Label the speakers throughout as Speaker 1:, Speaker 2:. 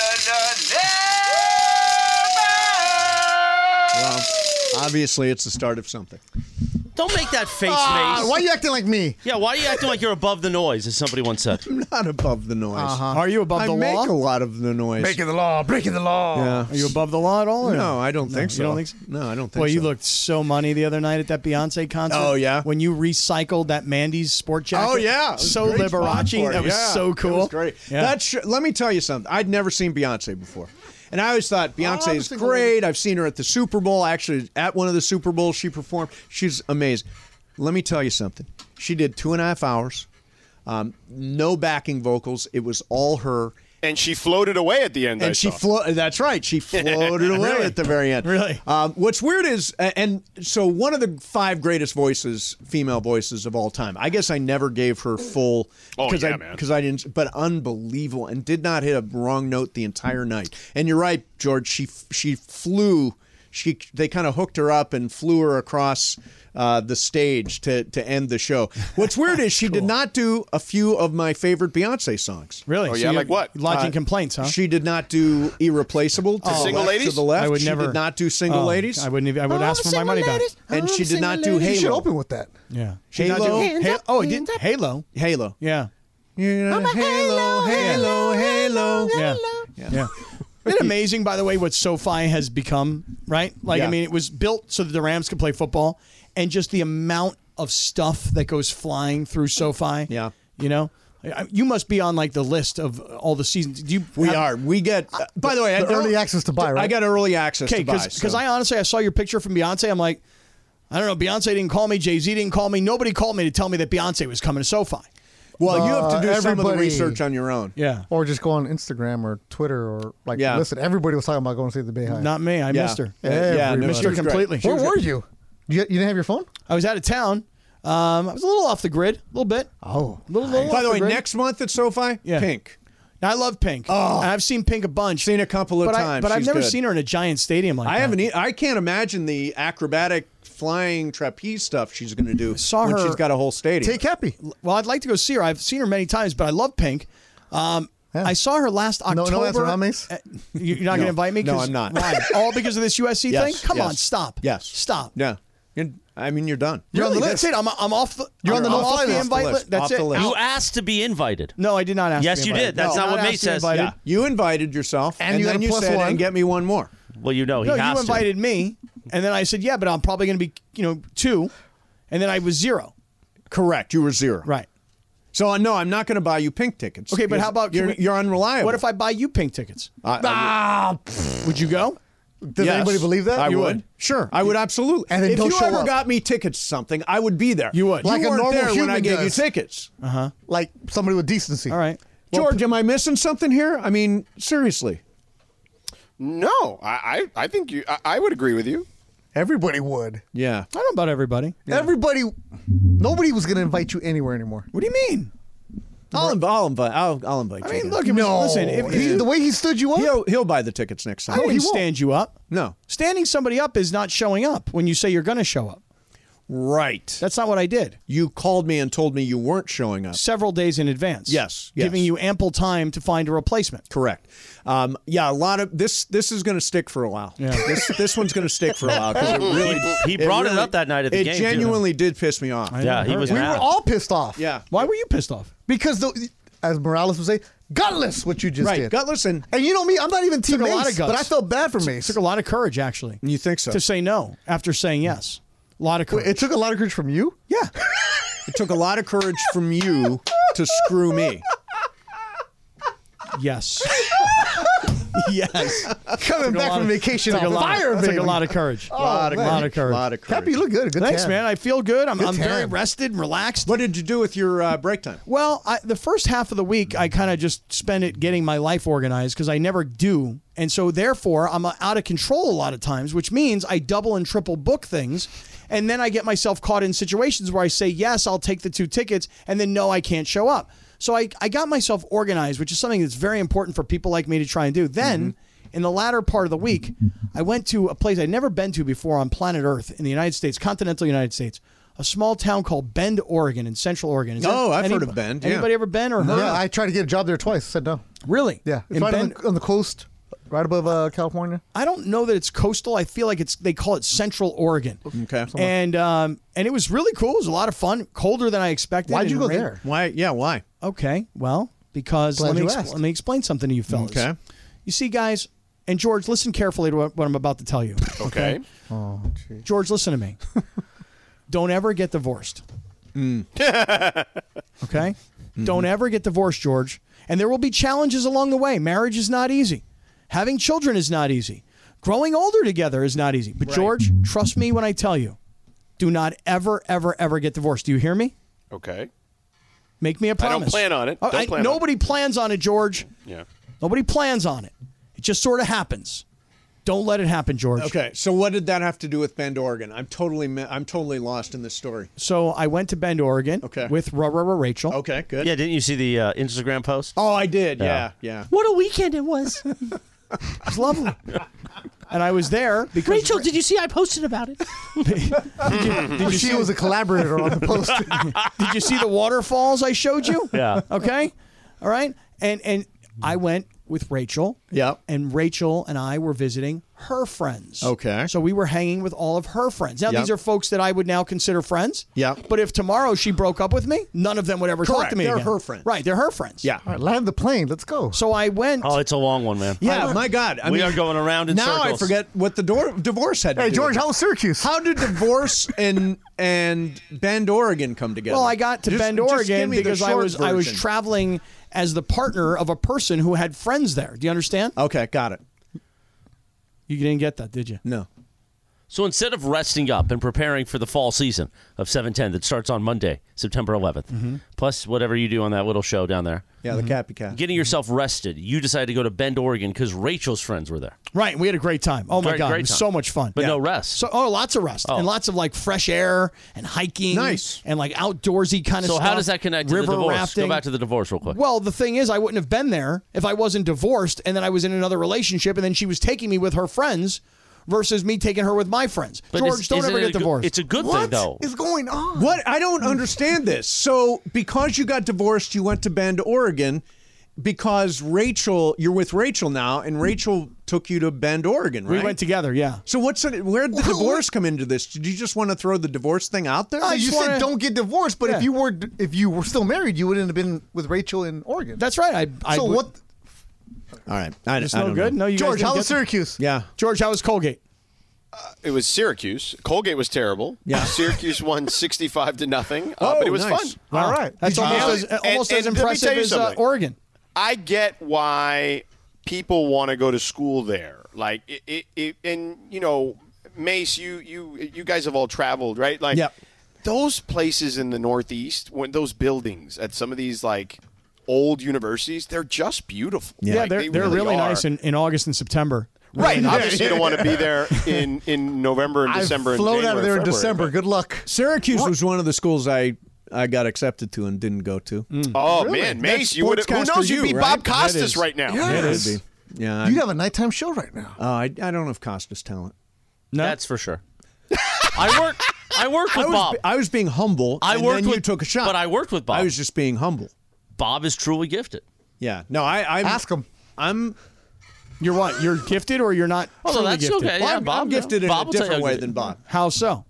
Speaker 1: la, la, la,
Speaker 2: Well, obviously, it's the start of something.
Speaker 3: Don't make that face,
Speaker 4: Ah,
Speaker 3: Mace.
Speaker 4: why are you acting like me?
Speaker 3: yeah, why are you acting like you're above the noise, as somebody once said?
Speaker 2: I'm not above the noise.
Speaker 4: Uh-huh. Are you above
Speaker 2: I
Speaker 4: the
Speaker 2: make
Speaker 4: law?
Speaker 2: a lot of the noise.
Speaker 1: Breaking the law, breaking the law.
Speaker 2: yeah.
Speaker 4: Are you above the law at all? or
Speaker 2: No, I don't
Speaker 4: No,
Speaker 2: think
Speaker 4: you
Speaker 2: so.
Speaker 4: don't think so?
Speaker 2: No, I don't think
Speaker 4: Boy,
Speaker 2: so.
Speaker 4: you looked so money the other night at that Beyonce concert.
Speaker 2: Oh, yeah?
Speaker 4: when you recycled that Mandy's sport jacket.
Speaker 2: Oh yeah, It was
Speaker 4: so
Speaker 2: a great spot
Speaker 4: Liberace.
Speaker 2: for it.
Speaker 4: That was
Speaker 2: Yeah,
Speaker 4: so cool.
Speaker 2: It was great.
Speaker 4: Yeah.
Speaker 2: That sh- let me tell you something. I'd never seen Beyonce before, and I always thought Beyonce is
Speaker 4: Obstacle.
Speaker 2: great. I've seen her at the Super Bowl. Actually, at one of the Super Bowls she performed, she's amazing. Let me tell you something. She did two and a half hours, um, no backing vocals. It was all her.
Speaker 5: And she floated away at the end. I
Speaker 2: and she
Speaker 5: saw.
Speaker 2: flo- that's right she floated away at the very end
Speaker 4: Really?
Speaker 2: um, what's weird is a- and so one of the five greatest voices female voices of all time i guess i never gave her full
Speaker 5: Oh,
Speaker 2: because
Speaker 5: yeah,
Speaker 2: i
Speaker 5: man.
Speaker 2: because i didn't but unbelievable and did not hit a wrong note the entire night and you're right george she f- she flew she they kind of hooked her up and flew her across uh, the stage to, to end the show. What's weird is she did not do a few of my favorite Beyonce songs.
Speaker 4: Really?
Speaker 5: Oh, yeah,
Speaker 4: you-
Speaker 5: like what?
Speaker 4: Lodging
Speaker 2: Uh,
Speaker 4: complaints, huh?
Speaker 2: She did not do irreplaceable to, the
Speaker 5: Single
Speaker 2: Oh, left,
Speaker 5: Ladies?
Speaker 2: to the left.
Speaker 4: I would
Speaker 2: she
Speaker 4: never-
Speaker 2: did not do single
Speaker 4: Oh,
Speaker 2: ladies.
Speaker 4: I wouldn't. Even, I would ask for my money back.
Speaker 2: And she did not do
Speaker 4: lady.
Speaker 2: Halo.
Speaker 4: She should
Speaker 2: open
Speaker 4: with that. Yeah. She did
Speaker 2: Halo.
Speaker 4: Not do, Halo. Oh, it did Halo.
Speaker 2: Halo.
Speaker 4: Yeah.
Speaker 2: Yeah, Halo, Halo, Halo.
Speaker 4: Yeah. Yeah. Isn't it amazing, by the way, what SoFi has become, right? Like,
Speaker 2: Yeah.
Speaker 4: I mean, it was built so that the Rams could play football, and just the amount of stuff that goes flying through SoFi.
Speaker 2: Yeah.
Speaker 4: You know? I- I- You must be on, like, the list of all the seasons. Do you
Speaker 2: We
Speaker 4: have-
Speaker 2: are. We get. uh, by the way, I
Speaker 6: the
Speaker 2: don't-
Speaker 6: early access to buy, right?
Speaker 2: I got early access
Speaker 4: Okay,
Speaker 2: to buy.
Speaker 4: because
Speaker 2: so.
Speaker 4: I honestly I saw your picture from Beyonce. I'm like, I don't know. Beyonce didn't call me. Jay Z didn't call me. Nobody called me to tell me that Beyonce was coming to SoFi.
Speaker 2: well, you have to
Speaker 6: Uh,
Speaker 2: do some of the
Speaker 6: everybody-
Speaker 2: research on your own.
Speaker 4: Yeah.
Speaker 6: Or just go on Instagram or Twitter or like
Speaker 2: Yeah.
Speaker 6: listen. Everybody was talking about going to see the Beehive.
Speaker 4: Not me. I
Speaker 2: Yeah.
Speaker 4: missed her.
Speaker 2: Yeah, yeah,
Speaker 6: Everybody.
Speaker 2: no,
Speaker 4: missed
Speaker 2: she
Speaker 4: her
Speaker 2: was great.
Speaker 4: completely.
Speaker 6: Where were you? you? You didn't have your phone?
Speaker 4: I was out of town. Um, I was a little off the grid, a little bit.
Speaker 6: Oh,
Speaker 4: little, little
Speaker 2: By the
Speaker 4: off
Speaker 2: way,
Speaker 4: grid.
Speaker 2: next month at SoFi,
Speaker 4: Yeah.
Speaker 2: pink.
Speaker 4: Now, I love Pink. Oh, and I've seen Pink a bunch.
Speaker 2: Seen a couple of
Speaker 4: but I,
Speaker 2: times.
Speaker 4: but I've
Speaker 2: She's
Speaker 4: never
Speaker 2: good.
Speaker 4: seen her in a giant stadium like
Speaker 2: I
Speaker 4: that.
Speaker 2: haven't. E- I can't imagine the acrobatic flying trapeze stuff she's going to do.
Speaker 4: Saw
Speaker 2: when
Speaker 4: her-
Speaker 2: She's got a whole stadium.
Speaker 6: take happy.
Speaker 4: Well, I'd like to go see her. I've seen her many times, but I love Pink. Um,
Speaker 6: Yeah.
Speaker 4: I saw her last
Speaker 6: no
Speaker 4: October.
Speaker 6: answer, huh, Mace?
Speaker 4: Uh, you- You're not going to invite me?
Speaker 2: No,
Speaker 4: 'Cause-
Speaker 2: I'm not.
Speaker 4: Why? All because of this USC
Speaker 2: Yes,
Speaker 4: thing? Come
Speaker 2: yes.
Speaker 4: on, stop.
Speaker 2: Yes.
Speaker 4: Stop.
Speaker 2: Yeah. You're- I mean, you're done.
Speaker 4: You're on
Speaker 6: Really?
Speaker 4: the list. That's it. I'm, I'm off the,
Speaker 2: You're on the
Speaker 4: I'm
Speaker 2: no-fly
Speaker 4: off the
Speaker 2: list.
Speaker 4: invite
Speaker 2: Off the list.
Speaker 4: list. That's
Speaker 2: Off
Speaker 4: it.
Speaker 2: the list.
Speaker 4: Out.
Speaker 3: You asked to be invited.
Speaker 4: No, I did not ask.
Speaker 3: Yes,
Speaker 4: to be
Speaker 3: you
Speaker 4: invited.
Speaker 3: did. That's
Speaker 4: No,
Speaker 3: not
Speaker 4: I'm
Speaker 3: what
Speaker 4: asked
Speaker 3: Mace
Speaker 4: to be
Speaker 3: says.
Speaker 4: invited.
Speaker 2: Yeah. You invited yourself,
Speaker 6: And
Speaker 2: and,
Speaker 6: you got
Speaker 2: then
Speaker 6: a
Speaker 2: you
Speaker 6: plus
Speaker 2: said,
Speaker 6: one.
Speaker 2: "And get me one more."
Speaker 3: Well, you know Oh, he
Speaker 4: No,
Speaker 3: has
Speaker 4: you
Speaker 3: to.
Speaker 4: invited me, and then I said, "Yeah, but I'm probably going to be, you know, two, and then I was zero.
Speaker 2: Correct. You were zero.
Speaker 4: Right.
Speaker 2: So uh, no, I'm not going to buy you pink tickets.
Speaker 4: Okay, but how about can
Speaker 2: you're,
Speaker 4: we-
Speaker 2: you're unreliable?
Speaker 4: What if I buy you pink tickets? Ah.
Speaker 2: I, I
Speaker 4: Would you go?
Speaker 2: would-
Speaker 6: Does
Speaker 2: yes,
Speaker 6: anybody believe that?
Speaker 2: I
Speaker 6: You
Speaker 2: would. Sure, I would absolutely.
Speaker 6: And then
Speaker 2: if
Speaker 6: don't
Speaker 2: you
Speaker 6: show
Speaker 2: ever
Speaker 6: up.
Speaker 2: got me tickets to something, I would be there.
Speaker 4: You would.
Speaker 2: You
Speaker 6: Like a
Speaker 2: weren't
Speaker 6: normal
Speaker 2: there when I
Speaker 6: human
Speaker 2: gave you
Speaker 6: does.
Speaker 2: tickets.
Speaker 6: Like somebody with decency.
Speaker 4: All right.
Speaker 2: George, am I missing something here? I mean, seriously.
Speaker 5: No, I, I, I think you. I, I would agree with you.
Speaker 6: Everybody would.
Speaker 2: Yeah.
Speaker 4: I don't know about everybody.
Speaker 6: Everybody. Nobody was going to invite you anywhere anymore.
Speaker 4: What do you mean?
Speaker 2: I'll, inv- I'll invite. I'll, I'll invite.
Speaker 4: I
Speaker 2: you
Speaker 4: mean,
Speaker 2: guys.
Speaker 4: look. If, no. Listen, if, if
Speaker 6: He-
Speaker 4: you,
Speaker 6: the way he stood you up.
Speaker 2: he'll he'll buy the tickets next
Speaker 4: I
Speaker 2: time.
Speaker 4: didn't stand you up.
Speaker 2: No.
Speaker 4: Standing somebody up is not showing up when you say you're going to show up.
Speaker 2: Right.
Speaker 4: That's not what I did.
Speaker 2: You called me and told me you weren't showing up.
Speaker 4: Several days in advance.
Speaker 2: Yes, yes.
Speaker 4: Giving you ample time to find a replacement.
Speaker 2: Correct. Um, yeah, a lot of this. This is going to stick for a while. Yeah. This this one's going to stick for a while because it really.
Speaker 3: He brought it
Speaker 2: really-
Speaker 3: up that night at the
Speaker 2: it
Speaker 3: game, too.
Speaker 2: genuinely did piss me off.
Speaker 3: Yeah, he was
Speaker 6: we
Speaker 3: mad.
Speaker 6: were all pissed off.
Speaker 2: Yeah.
Speaker 4: Why were you pissed off?
Speaker 6: Because the, as Morales would say, Gutless, what you just
Speaker 4: Right,
Speaker 6: did.
Speaker 2: gutless and-
Speaker 6: and you know me, I'm not even team
Speaker 4: Took a
Speaker 6: Mace,
Speaker 4: lot of guts.
Speaker 6: but I felt bad for
Speaker 4: It
Speaker 6: Mace.
Speaker 4: took a lot of courage, actually.
Speaker 2: You think so?
Speaker 4: To say no after saying yes. A lot of courage.
Speaker 6: it took a lot of courage from you.
Speaker 4: yeah.
Speaker 2: It took a lot of courage from you to screw me.
Speaker 4: Yes. yes.
Speaker 6: Coming
Speaker 4: Took a
Speaker 6: back
Speaker 4: lot
Speaker 6: from
Speaker 4: of-
Speaker 6: vacation
Speaker 4: took
Speaker 6: on
Speaker 4: a lot of-
Speaker 6: fire,
Speaker 4: took
Speaker 6: baby.
Speaker 4: a lot of courage.
Speaker 6: Oh,
Speaker 2: lot of
Speaker 6: man.
Speaker 4: lot of courage.
Speaker 2: lot of courage.
Speaker 6: Happy, you look good. Good
Speaker 4: Thanks,
Speaker 6: tan.
Speaker 4: man. I feel good. I'm, I'm very
Speaker 6: tan.
Speaker 4: rested and relaxed.
Speaker 2: What did you do with your uh, break time?
Speaker 4: Well, I, the first half of the week, I kind of just spend it getting my life organized because I never do. And so, therefore, I'm uh, out of control a lot of times, which means I double and triple book things. And then I get myself caught in situations where I say, yes, I'll take the two tickets, and then no, I can't show up. So I, I got myself organized, which is something that's very important for people like me to try and do. Then, in the latter part of the week, I went to a place I'd never been to before on planet Earth in the United States, continental United States. A small town called Bend, Oregon, in Central Oregon. Is
Speaker 2: Oh,
Speaker 4: that-
Speaker 2: I've heard of Bend, yeah.
Speaker 4: Anybody ever been or heard?
Speaker 6: Yeah,
Speaker 4: of-
Speaker 6: I tried to get a job there twice. Said no.
Speaker 4: really?
Speaker 6: Yeah, it's
Speaker 4: In
Speaker 6: right on
Speaker 4: Bend,
Speaker 6: the, on the coast, right above uh, California.
Speaker 4: I don't know that it's coastal. I feel like it's they call it Central Oregon.
Speaker 2: Okay.
Speaker 4: And um, and it was really cool. It was a lot of fun. Colder than I expected.
Speaker 6: Why'd you
Speaker 4: and
Speaker 6: go
Speaker 4: rain-
Speaker 6: there?
Speaker 2: Why? Yeah, why?
Speaker 4: Okay. Well, because
Speaker 6: Glad
Speaker 4: let me,
Speaker 6: you
Speaker 4: expl-
Speaker 6: asked.
Speaker 4: let me explain something to you fellas.
Speaker 2: Okay.
Speaker 4: You see, guys, and George, listen carefully to what, what I'm about to tell you.
Speaker 5: Okay.
Speaker 6: Oh,
Speaker 4: George, listen to me. don't ever get divorced. Mm. okay?
Speaker 5: Mm-hmm.
Speaker 4: Don't ever get divorced, George. And there will be challenges along the way. Marriage is not easy. Having children is not easy. Growing older together is not easy. But, George, trust me when I tell you do not ever, ever, ever get divorced. Do you hear me?
Speaker 5: Okay.
Speaker 4: Make me a
Speaker 5: don't
Speaker 4: promise.
Speaker 5: plan on it.
Speaker 4: Oh,
Speaker 5: Don't plan on it.
Speaker 4: nobody plans on it, George.
Speaker 5: Yeah.
Speaker 4: Nobody plans on it. It just sort of happens. Don't let it happen, George.
Speaker 2: Okay, so what did that have to do with Bend, Oregon? I'm totally, mi- I'm totally lost in this story.
Speaker 4: So I went to Bend, Oregon
Speaker 2: Okay.
Speaker 4: with Ra Ra Ra Rachel.
Speaker 2: Okay, good.
Speaker 3: Yeah, didn't you see the uh, Instagram post?
Speaker 2: Oh, I did. Yeah, yeah.
Speaker 3: What a weekend it was.
Speaker 4: It's lovely. and I was there because
Speaker 3: Rachel, did you see I posted about it?
Speaker 6: she was a collaborator on the post.
Speaker 4: did you see the waterfalls I showed you?
Speaker 3: Yeah.
Speaker 4: Okay. All right. And and I went with Rachel.
Speaker 2: Yep.
Speaker 4: And Rachel and I were visiting her friends.
Speaker 2: Okay.
Speaker 4: So we were hanging with all of her friends. Now
Speaker 2: Yep.
Speaker 4: these are folks that I would now consider friends.
Speaker 2: Yep.
Speaker 4: But if tomorrow she broke up with me, none of them would ever talk
Speaker 2: Correct.
Speaker 4: to me
Speaker 2: They're
Speaker 4: again.
Speaker 2: her friends.
Speaker 4: Right. They're her friends.
Speaker 2: Yeah.
Speaker 6: All right, land the plane. Let's go.
Speaker 4: So I went.
Speaker 3: Oh, it's a long one, man.
Speaker 2: Yeah, my God. I
Speaker 3: We
Speaker 2: mean,
Speaker 3: are going around in
Speaker 2: now I
Speaker 3: circles.
Speaker 2: forget what the door, divorce had to
Speaker 6: hey,
Speaker 2: do
Speaker 6: George,
Speaker 2: with it.
Speaker 6: how was Syracuse?
Speaker 2: How did divorce and and Bend, Oregon come together?
Speaker 4: Well, I got to
Speaker 2: Just-
Speaker 4: Bend,
Speaker 2: just give
Speaker 4: Oregon
Speaker 2: me the
Speaker 4: because I
Speaker 2: short
Speaker 4: was I was
Speaker 2: version.
Speaker 4: traveling as the partner of a person who had friends there. Do you understand?
Speaker 2: Okay, got it.
Speaker 4: You didn't get that, did you?
Speaker 2: No.
Speaker 3: So instead of resting up and preparing for the fall season of 710 that starts on Monday, September 11th, plus whatever you do on that little show down there,
Speaker 2: Mm-hmm. Yeah, the cappy cat.
Speaker 3: getting yourself rested, you decided to go to Bend, Oregon because Rachel's friends were there.
Speaker 4: Right. We had a great time. Oh my
Speaker 3: Great-
Speaker 4: god,
Speaker 3: great
Speaker 4: it was
Speaker 3: time.
Speaker 4: so much fun.
Speaker 3: But no rest.
Speaker 4: So oh, lots of rest and lots of like fresh air and hiking.
Speaker 2: Nice.
Speaker 4: and like outdoorsy kind of
Speaker 3: So
Speaker 4: stuff.
Speaker 3: how does that connect to
Speaker 4: River
Speaker 3: the divorce?
Speaker 4: rafting.
Speaker 3: Go back to the divorce real quick.
Speaker 4: well, the thing is, I wouldn't have been there if I wasn't divorced and then I was in another relationship and then she was taking me with her friends versus me taking her with my friends. George,
Speaker 3: is-
Speaker 4: don't
Speaker 3: isn't
Speaker 4: ever
Speaker 3: it
Speaker 4: get
Speaker 3: a good-
Speaker 4: divorced.
Speaker 3: It's a good thing,
Speaker 6: what
Speaker 3: though.
Speaker 6: is going on?
Speaker 2: What? I don't understand this. So, because you got divorced, you went to Bend, Oregon, because Rachel, you're with Rachel now, and Rachel took you to Bend, Oregon, right?
Speaker 4: we went together, yeah.
Speaker 2: So, what's it, where'd the divorce come into this? Did you just want to throw the divorce thing out there?
Speaker 6: So
Speaker 4: I
Speaker 6: you
Speaker 4: just
Speaker 6: said
Speaker 4: wanna-
Speaker 6: don't get divorced, but
Speaker 4: Yeah.
Speaker 6: if you were if you were still married, you wouldn't have been with Rachel in Oregon.
Speaker 4: That's right. I, I
Speaker 6: so
Speaker 4: would-
Speaker 6: what?
Speaker 2: All right. I,
Speaker 4: It's
Speaker 2: I
Speaker 4: no
Speaker 2: don't
Speaker 4: good.
Speaker 2: Know.
Speaker 4: No, you guys
Speaker 6: George,
Speaker 4: didn't
Speaker 6: how
Speaker 4: get
Speaker 6: was
Speaker 4: them?
Speaker 6: Syracuse?
Speaker 2: Yeah.
Speaker 4: George, how was Colgate?
Speaker 5: It was Syracuse. Colgate was terrible.
Speaker 2: Yeah.
Speaker 5: Syracuse won 65 to nothing, uh,
Speaker 4: Oh,
Speaker 5: but it was
Speaker 2: nice.
Speaker 5: fun.
Speaker 6: All right.
Speaker 4: That's
Speaker 6: Did you-
Speaker 4: almost
Speaker 5: really-
Speaker 4: as almost
Speaker 5: and-
Speaker 4: as
Speaker 5: and let me tell
Speaker 4: impressive
Speaker 5: you
Speaker 4: as uh,
Speaker 5: something.
Speaker 4: Oregon.
Speaker 5: I get why people want to go to school there. Like it, it, it and you know, Mace, you you you guys have all traveled, right? Like
Speaker 2: Yep.
Speaker 5: those places in the Northeast, when those buildings at some of these like old universities, they're just beautiful.
Speaker 4: Yeah,
Speaker 5: Like,
Speaker 4: they're,
Speaker 5: they
Speaker 4: they're really,
Speaker 5: are.
Speaker 4: nice in, in August and September.
Speaker 5: right. Obviously, you don't want to be there in in November and
Speaker 6: I
Speaker 5: December. and
Speaker 6: flown out
Speaker 5: January
Speaker 6: of there in
Speaker 5: and February,
Speaker 6: December. Good luck.
Speaker 2: Syracuse was one of the schools I I got accepted to and didn't go to.
Speaker 6: Mm.
Speaker 5: but- Oh man, Mace, you would. Who
Speaker 2: sportscaster
Speaker 5: knows? You'd
Speaker 2: you,
Speaker 5: be
Speaker 2: right?
Speaker 5: Bob
Speaker 2: That
Speaker 5: Costas
Speaker 2: is-
Speaker 5: right now.
Speaker 2: It is. Yeah.
Speaker 4: Uh,
Speaker 2: I,
Speaker 6: You'd have a nighttime show right now.
Speaker 2: oh, I, I don't have Costa's talent.
Speaker 4: No,
Speaker 3: That's for sure. I work. I work with
Speaker 2: I was,
Speaker 3: Bob.
Speaker 2: I was being humble.
Speaker 3: I
Speaker 2: and
Speaker 3: worked
Speaker 2: then you
Speaker 3: with-
Speaker 2: took a shot.
Speaker 3: but I worked with Bob.
Speaker 2: I was just being humble.
Speaker 3: Bob is truly gifted.
Speaker 2: Yeah. No, I. I'm,
Speaker 6: Ask him.
Speaker 2: I'm.
Speaker 4: you're what? You're gifted or you're not?
Speaker 3: Oh,
Speaker 4: truly
Speaker 3: that's
Speaker 4: gifted?
Speaker 3: okay.
Speaker 2: well,
Speaker 3: yeah,
Speaker 2: I'm,
Speaker 3: Bob.
Speaker 2: I'm gifted in a
Speaker 3: Bob will tell you
Speaker 2: different
Speaker 3: how
Speaker 2: way
Speaker 3: good-
Speaker 2: than Bob.
Speaker 4: How so?